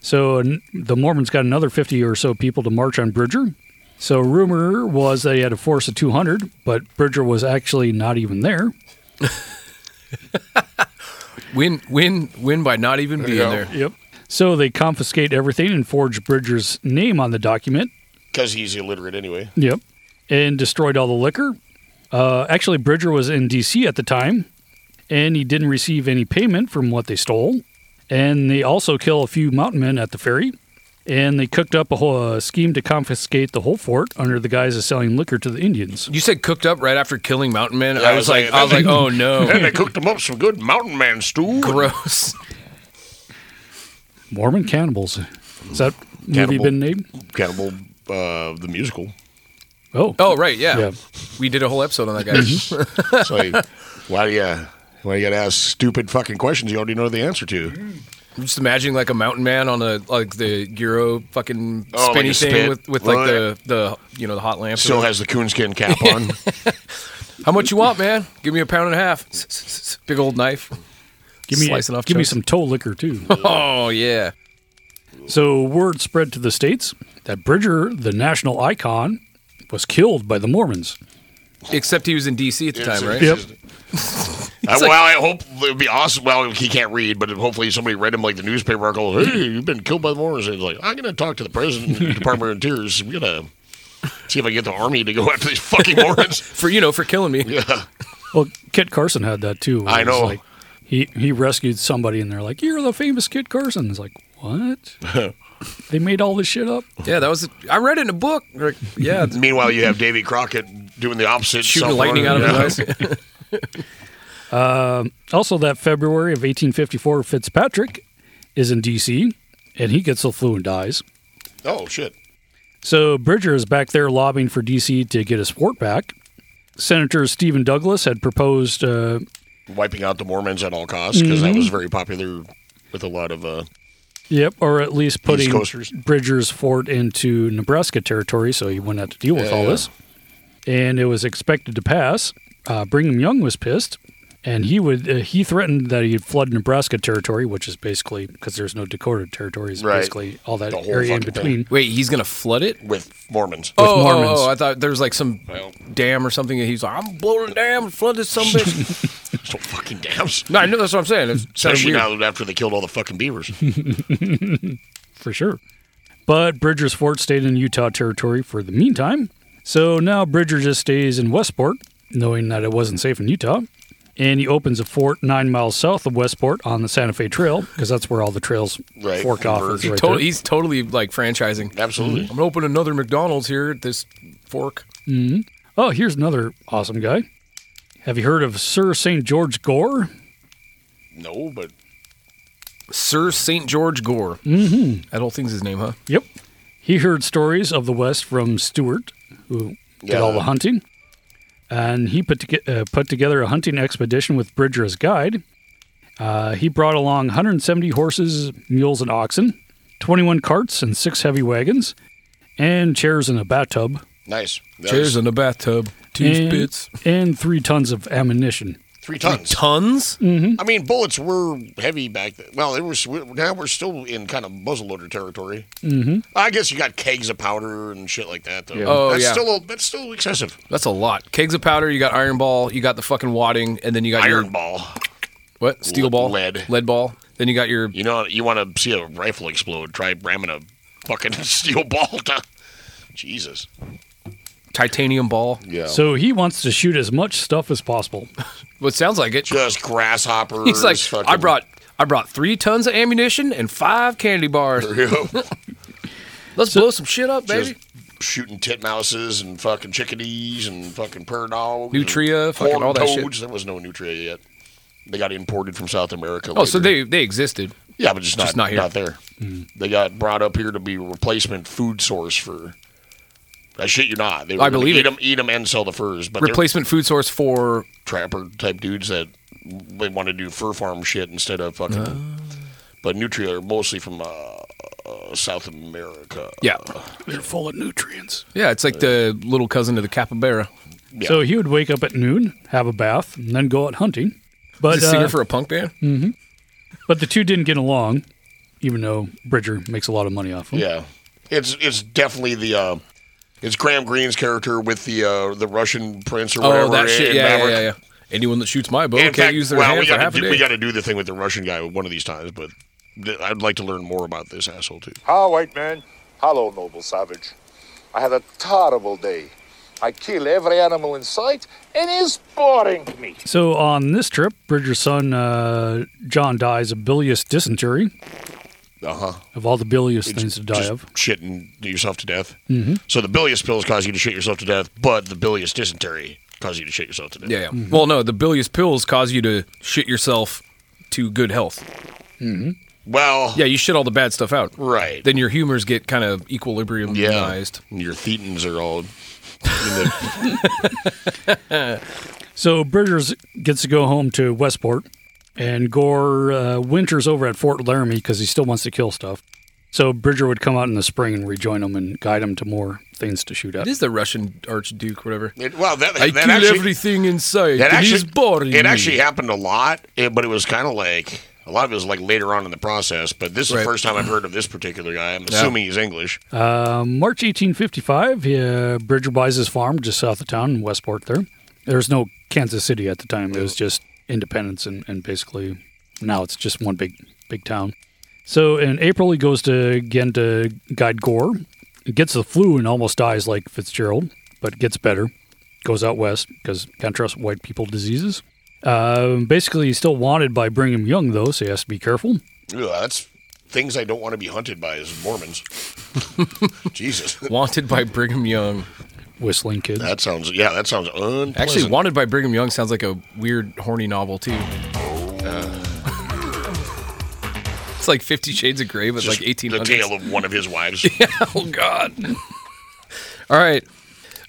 [SPEAKER 3] So n- the Mormons got another 50 or so people to march on Bridger. So rumor was that he had a force of 200, but Bridger was actually not even there.
[SPEAKER 1] Win, win, win by not even being there.
[SPEAKER 3] Yep. So they confiscate everything and forged Bridger's name on the document.
[SPEAKER 2] Because he's illiterate anyway.
[SPEAKER 3] Yep. And destroyed all the liquor. Uh, actually, Bridger was in D.C. at the time, and he didn't receive any payment from what they stole. And they also kill a few mountain men at the ferry. And they cooked up a whole uh, scheme to confiscate the whole fort under the guise of selling liquor to the Indians.
[SPEAKER 1] You said cooked up right after killing Mountain Man.
[SPEAKER 3] Yeah,
[SPEAKER 1] I was like, I was like, oh no.
[SPEAKER 2] And they cooked him up some good mountain man stew.
[SPEAKER 1] Gross.
[SPEAKER 3] Mormon cannibals. Is that movie
[SPEAKER 2] Cannibal.
[SPEAKER 3] been named?
[SPEAKER 2] Cannibal, uh, the musical.
[SPEAKER 3] Oh.
[SPEAKER 1] Oh right, yeah. Mm-hmm. We did a whole episode on that guy.
[SPEAKER 2] It's like, why do you, why do you gotta ask stupid fucking questions you already know the answer to?
[SPEAKER 1] I'm just imagining like a mountain man on a like the Euro fucking
[SPEAKER 2] Oh, like
[SPEAKER 1] spinny
[SPEAKER 2] a
[SPEAKER 1] thing
[SPEAKER 2] spit.
[SPEAKER 1] with, with like
[SPEAKER 2] Right.
[SPEAKER 1] the, the you know the hot lamp.
[SPEAKER 2] Still has the coonskin cap on.
[SPEAKER 1] How much you want, man? Give me a pound and a half. Big old knife.
[SPEAKER 3] Give me,
[SPEAKER 1] slicing off.
[SPEAKER 3] give me
[SPEAKER 1] chunks.
[SPEAKER 3] some toe liquor, too.
[SPEAKER 1] Oh yeah.
[SPEAKER 3] So word spread to the states that Bridger, the national icon, was killed by the Mormons.
[SPEAKER 1] Except he was in D.C. at the time, right?
[SPEAKER 3] Yep.
[SPEAKER 2] Uh, well, I hope it'd be awesome. Well, he can't read, but hopefully somebody read him like the newspaper article. Hey, you've been killed by the Mormons. And he's like, I'm gonna talk to the president, and the Department of Interiors. We gotta see if I can get the army to go after these fucking Mormons
[SPEAKER 1] for you know for killing me.
[SPEAKER 2] Yeah,
[SPEAKER 3] Well, Kit Carson had that too. where
[SPEAKER 2] I
[SPEAKER 3] it was
[SPEAKER 2] know.
[SPEAKER 3] like, he he rescued somebody, and they're like, "You're the famous Kit Carson." It's like, what? they made all this shit up.
[SPEAKER 1] Yeah, that was. I read it in a book. Like, yeah.
[SPEAKER 2] Meanwhile, you have Davy Crockett doing the opposite,
[SPEAKER 1] Shooting
[SPEAKER 2] self-running.
[SPEAKER 1] lightning out of
[SPEAKER 2] Yeah.
[SPEAKER 1] his eyes.
[SPEAKER 3] Um also, that February of 1854, Fitzpatrick is in D.C. and he gets the flu and dies.
[SPEAKER 2] Oh shit!
[SPEAKER 3] So Bridger is back there lobbying for D.C. to get his fort back. Senator Stephen Douglas had proposed uh,
[SPEAKER 2] Wiping out the Mormons at all costs because that
[SPEAKER 3] Mhm.
[SPEAKER 2] was very popular with a lot of. Uh,
[SPEAKER 3] Yep, or at least putting
[SPEAKER 2] Coasters.
[SPEAKER 3] Bridger's fort into Nebraska territory, so he wouldn't have to deal with
[SPEAKER 2] Yeah,
[SPEAKER 3] all
[SPEAKER 2] yeah.
[SPEAKER 3] this. And it was expected to pass. Uh, Brigham Young was pissed, and he would uh, he threatened that he'd flood Nebraska territory, which is basically because there's no Dakota territory, is
[SPEAKER 1] Right.
[SPEAKER 3] basically all that
[SPEAKER 1] The whole
[SPEAKER 3] area in
[SPEAKER 1] fucking
[SPEAKER 3] between.
[SPEAKER 1] thing. Wait, he's gonna flood it
[SPEAKER 2] with Mormons.
[SPEAKER 1] Oh, oh,
[SPEAKER 3] Mormons.
[SPEAKER 1] oh, I thought there was like some dam or something, and he's like, "I'm blowing a dam, and flood this some bitch."
[SPEAKER 2] so fucking dams.
[SPEAKER 1] No, I know that's what I'm saying. It's sounded
[SPEAKER 2] Especially
[SPEAKER 1] weird.
[SPEAKER 2] now that after they killed all the fucking beavers.
[SPEAKER 3] for sure. But Bridger's fort stayed in Utah territory for the meantime. So now Bridger just stays in Westport, knowing that it wasn't safe in Utah. And he opens a fort nine miles south of Westport on the Santa Fe Trail, because that's where all the trails fork off. is
[SPEAKER 1] He
[SPEAKER 3] right
[SPEAKER 1] tot-
[SPEAKER 3] there.
[SPEAKER 1] he's totally like franchising.
[SPEAKER 2] Absolutely.
[SPEAKER 1] I'm gonna open another McDonald's here at this fork.
[SPEAKER 3] Mhm. Oh, here's another awesome guy. Have you heard of Sir St. George Gore?
[SPEAKER 1] Mm-hmm.
[SPEAKER 2] no, but
[SPEAKER 1] Sir St. George Gore.
[SPEAKER 3] Mm-hmm.
[SPEAKER 1] That whole thing's his name, huh?
[SPEAKER 3] Yep. He heard stories of the West from Stewart, who did
[SPEAKER 1] Yeah.
[SPEAKER 3] all the hunting, and he put toge- uh, put together a hunting expedition with Bridger as guide. Uh, he brought along 170 horses, mules, and oxen, 21 carts, and six heavy wagons, and chairs and a bathtub.
[SPEAKER 2] Nice. That
[SPEAKER 1] Chairs
[SPEAKER 2] is-
[SPEAKER 1] in a bathtub, two
[SPEAKER 3] and,
[SPEAKER 1] spits,
[SPEAKER 3] and three tons of ammunition.
[SPEAKER 2] Three tons.
[SPEAKER 1] tons.
[SPEAKER 3] Mm.
[SPEAKER 2] I mean, bullets were heavy back then. Well, it was. Now we're still in kind of muzzleloader territory.
[SPEAKER 3] Mm-hmm.
[SPEAKER 2] I guess you got kegs of powder and shit like that. Though.
[SPEAKER 1] Yeah. Oh,
[SPEAKER 2] that's
[SPEAKER 1] yeah.
[SPEAKER 2] Still a, that's still excessive.
[SPEAKER 1] That's a lot. Kegs of powder. You got iron ball. You got the fucking wadding, and then you got
[SPEAKER 2] Iron
[SPEAKER 1] your
[SPEAKER 2] ball.
[SPEAKER 1] What steel ball?
[SPEAKER 2] Lead.
[SPEAKER 1] Lead ball. Then you got your.
[SPEAKER 2] You know, you want to see a rifle explode? Try ramming a fucking steel ball. Down. Jesus.
[SPEAKER 1] titanium ball.
[SPEAKER 2] Yeah.
[SPEAKER 3] So he wants to shoot as much stuff as possible.
[SPEAKER 1] What sounds like it.
[SPEAKER 2] Just grasshoppers.
[SPEAKER 1] He's like,
[SPEAKER 2] fucking-
[SPEAKER 1] I brought, I brought three tons of ammunition and five candy bars. Let's blow some shit up, baby.
[SPEAKER 2] Just shooting titmouses and fucking chickadees and fucking prairie dogs. and
[SPEAKER 1] Nutria, fucking
[SPEAKER 2] horned
[SPEAKER 1] all that shit.
[SPEAKER 2] toads. There was no nutria yet. They got imported from South America.
[SPEAKER 1] oh, so
[SPEAKER 2] later.
[SPEAKER 1] they they existed.
[SPEAKER 2] Yeah, but just not,
[SPEAKER 1] Just
[SPEAKER 2] not,
[SPEAKER 1] not here.
[SPEAKER 2] there. They got brought up here to be a replacement food source for. I shit you not. They were
[SPEAKER 1] I
[SPEAKER 2] gonna
[SPEAKER 1] believe
[SPEAKER 2] eat
[SPEAKER 1] it.
[SPEAKER 2] them, and sell the furs. But they're
[SPEAKER 1] Replacement food source for
[SPEAKER 2] trapper type dudes that they want to do fur farm shit instead of fucking.
[SPEAKER 1] Ah.
[SPEAKER 2] But nutria are mostly from uh, uh, South America.
[SPEAKER 1] yeah,
[SPEAKER 3] They're full of nutrients.
[SPEAKER 1] yeah. It's like the little cousin to the capybara.
[SPEAKER 3] So he would wake up at noon, have a bath, and then go out hunting. But
[SPEAKER 1] He's a singer
[SPEAKER 3] uh,
[SPEAKER 1] for a punk band.
[SPEAKER 3] hmm But the two didn't get along, even though Bridger makes a lot of money off them.
[SPEAKER 2] Yeah, it's it's definitely the uh, it's Graham Greene's character with the uh, the Russian prince or whatever.
[SPEAKER 1] Oh, that shit.
[SPEAKER 2] in
[SPEAKER 1] Yeah, yeah,
[SPEAKER 2] Maverick.
[SPEAKER 1] yeah, yeah. Anyone that shoots my bow
[SPEAKER 2] In
[SPEAKER 1] can't
[SPEAKER 2] fact,
[SPEAKER 1] use their
[SPEAKER 2] well,
[SPEAKER 1] hand
[SPEAKER 2] we
[SPEAKER 1] for
[SPEAKER 2] gotta
[SPEAKER 1] half a
[SPEAKER 2] do-
[SPEAKER 1] day.
[SPEAKER 2] We got to do the thing with the Russian guy one of these times, but th- I'd like to learn more about this asshole too.
[SPEAKER 17] Ah, white man. Hello, noble savage. I had a terrible day. I kill every animal in sight, and it's boring me.
[SPEAKER 3] So on this trip, Bridger's son uh, John dies of bilious dysentery.
[SPEAKER 2] Uh huh.
[SPEAKER 3] Of all the bilious things to die
[SPEAKER 2] Just
[SPEAKER 3] of.
[SPEAKER 2] shitting yourself to death.
[SPEAKER 1] Mm-hmm.
[SPEAKER 3] Mhm.
[SPEAKER 2] So the bilious pills cause you to shit yourself to death, but the bilious dysentery causes you to shit yourself to death.
[SPEAKER 1] Yeah, yeah. Well, no, the bilious pills cause you to shit yourself to good health.
[SPEAKER 2] Mm-hmm. Well,
[SPEAKER 1] yeah, you shit all the bad stuff out.
[SPEAKER 2] Right.
[SPEAKER 1] Then your humors get kind of equilibriumized.
[SPEAKER 2] Your thetans are all.
[SPEAKER 3] So Bridgers gets to go home to Westport, and Gore uh, winters over at Fort Laramie because he still wants to kill stuff. So Bridger would come out in the spring and rejoin him and guide him to more things to shoot at.
[SPEAKER 1] It is the Russian Archduke, whatever.
[SPEAKER 2] It, well, that,
[SPEAKER 1] I
[SPEAKER 2] that
[SPEAKER 1] kill
[SPEAKER 2] actually,
[SPEAKER 1] everything in sight.
[SPEAKER 2] That
[SPEAKER 1] and
[SPEAKER 2] actually,
[SPEAKER 1] he's boring.
[SPEAKER 2] It
[SPEAKER 1] me.
[SPEAKER 2] actually happened a lot, eh, but it was kind of like a lot of it was like later on in the process. But this is
[SPEAKER 3] Right.
[SPEAKER 2] the first time I've heard of this particular guy. I'm
[SPEAKER 3] Yeah.
[SPEAKER 2] assuming he's English.
[SPEAKER 3] Uh, March 1855, he, uh, Bridger buys his farm just south of town in Westport there. There was no Kansas City at the time. It was just Independence and, and basically now it's just one big big town. So in April, he goes to again to guide Gore. He gets the flu and almost dies like Fitzgerald, but gets better. Goes out west because can't trust white people diseases. Uh, basically, he's still wanted by Brigham Young, though, so he has to be careful.
[SPEAKER 2] Ugh, that's things I don't want to be hunted by as Mormons. Jesus.
[SPEAKER 1] Wanted by Brigham Young.
[SPEAKER 3] Whistling Kids.
[SPEAKER 2] That sounds, yeah, that sounds unpleasant.
[SPEAKER 1] Actually, Wanted by Brigham Young sounds like a weird, horny novel, too.
[SPEAKER 2] Uh.
[SPEAKER 1] it's like Fifty Shades of Grey, but
[SPEAKER 2] Just
[SPEAKER 1] like 1800s.
[SPEAKER 2] The tale of one of his wives.
[SPEAKER 1] Yeah, oh, God. All right.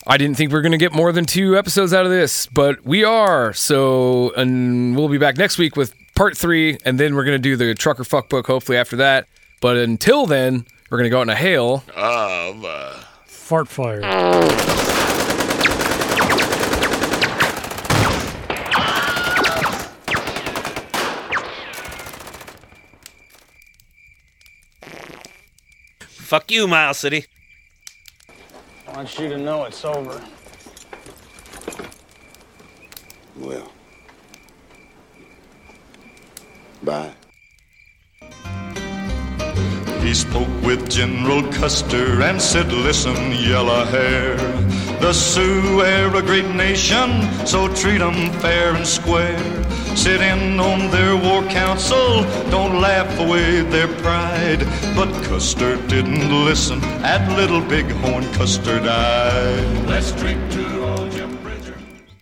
[SPEAKER 1] I didn't think we were going to get more than two episodes out of this, but we are. So, and we'll be back next week with part three, and then we're going to do the trucker fuck book, hopefully, after that. But until then, we're going to go out in a hail.
[SPEAKER 2] Of. Uh,
[SPEAKER 3] Fart fire.
[SPEAKER 18] Fuck you, Mile City.
[SPEAKER 19] I want you to know it's over.
[SPEAKER 9] Well. Bye.
[SPEAKER 20] He spoke with General Custer and said, Listen, yellow hair, the Sioux are a great nation, so treat 'em fair and square. Sit in on their war council, don't laugh away their pride. But Custer didn't listen, at Little Bighorn Custer died. Let's drink to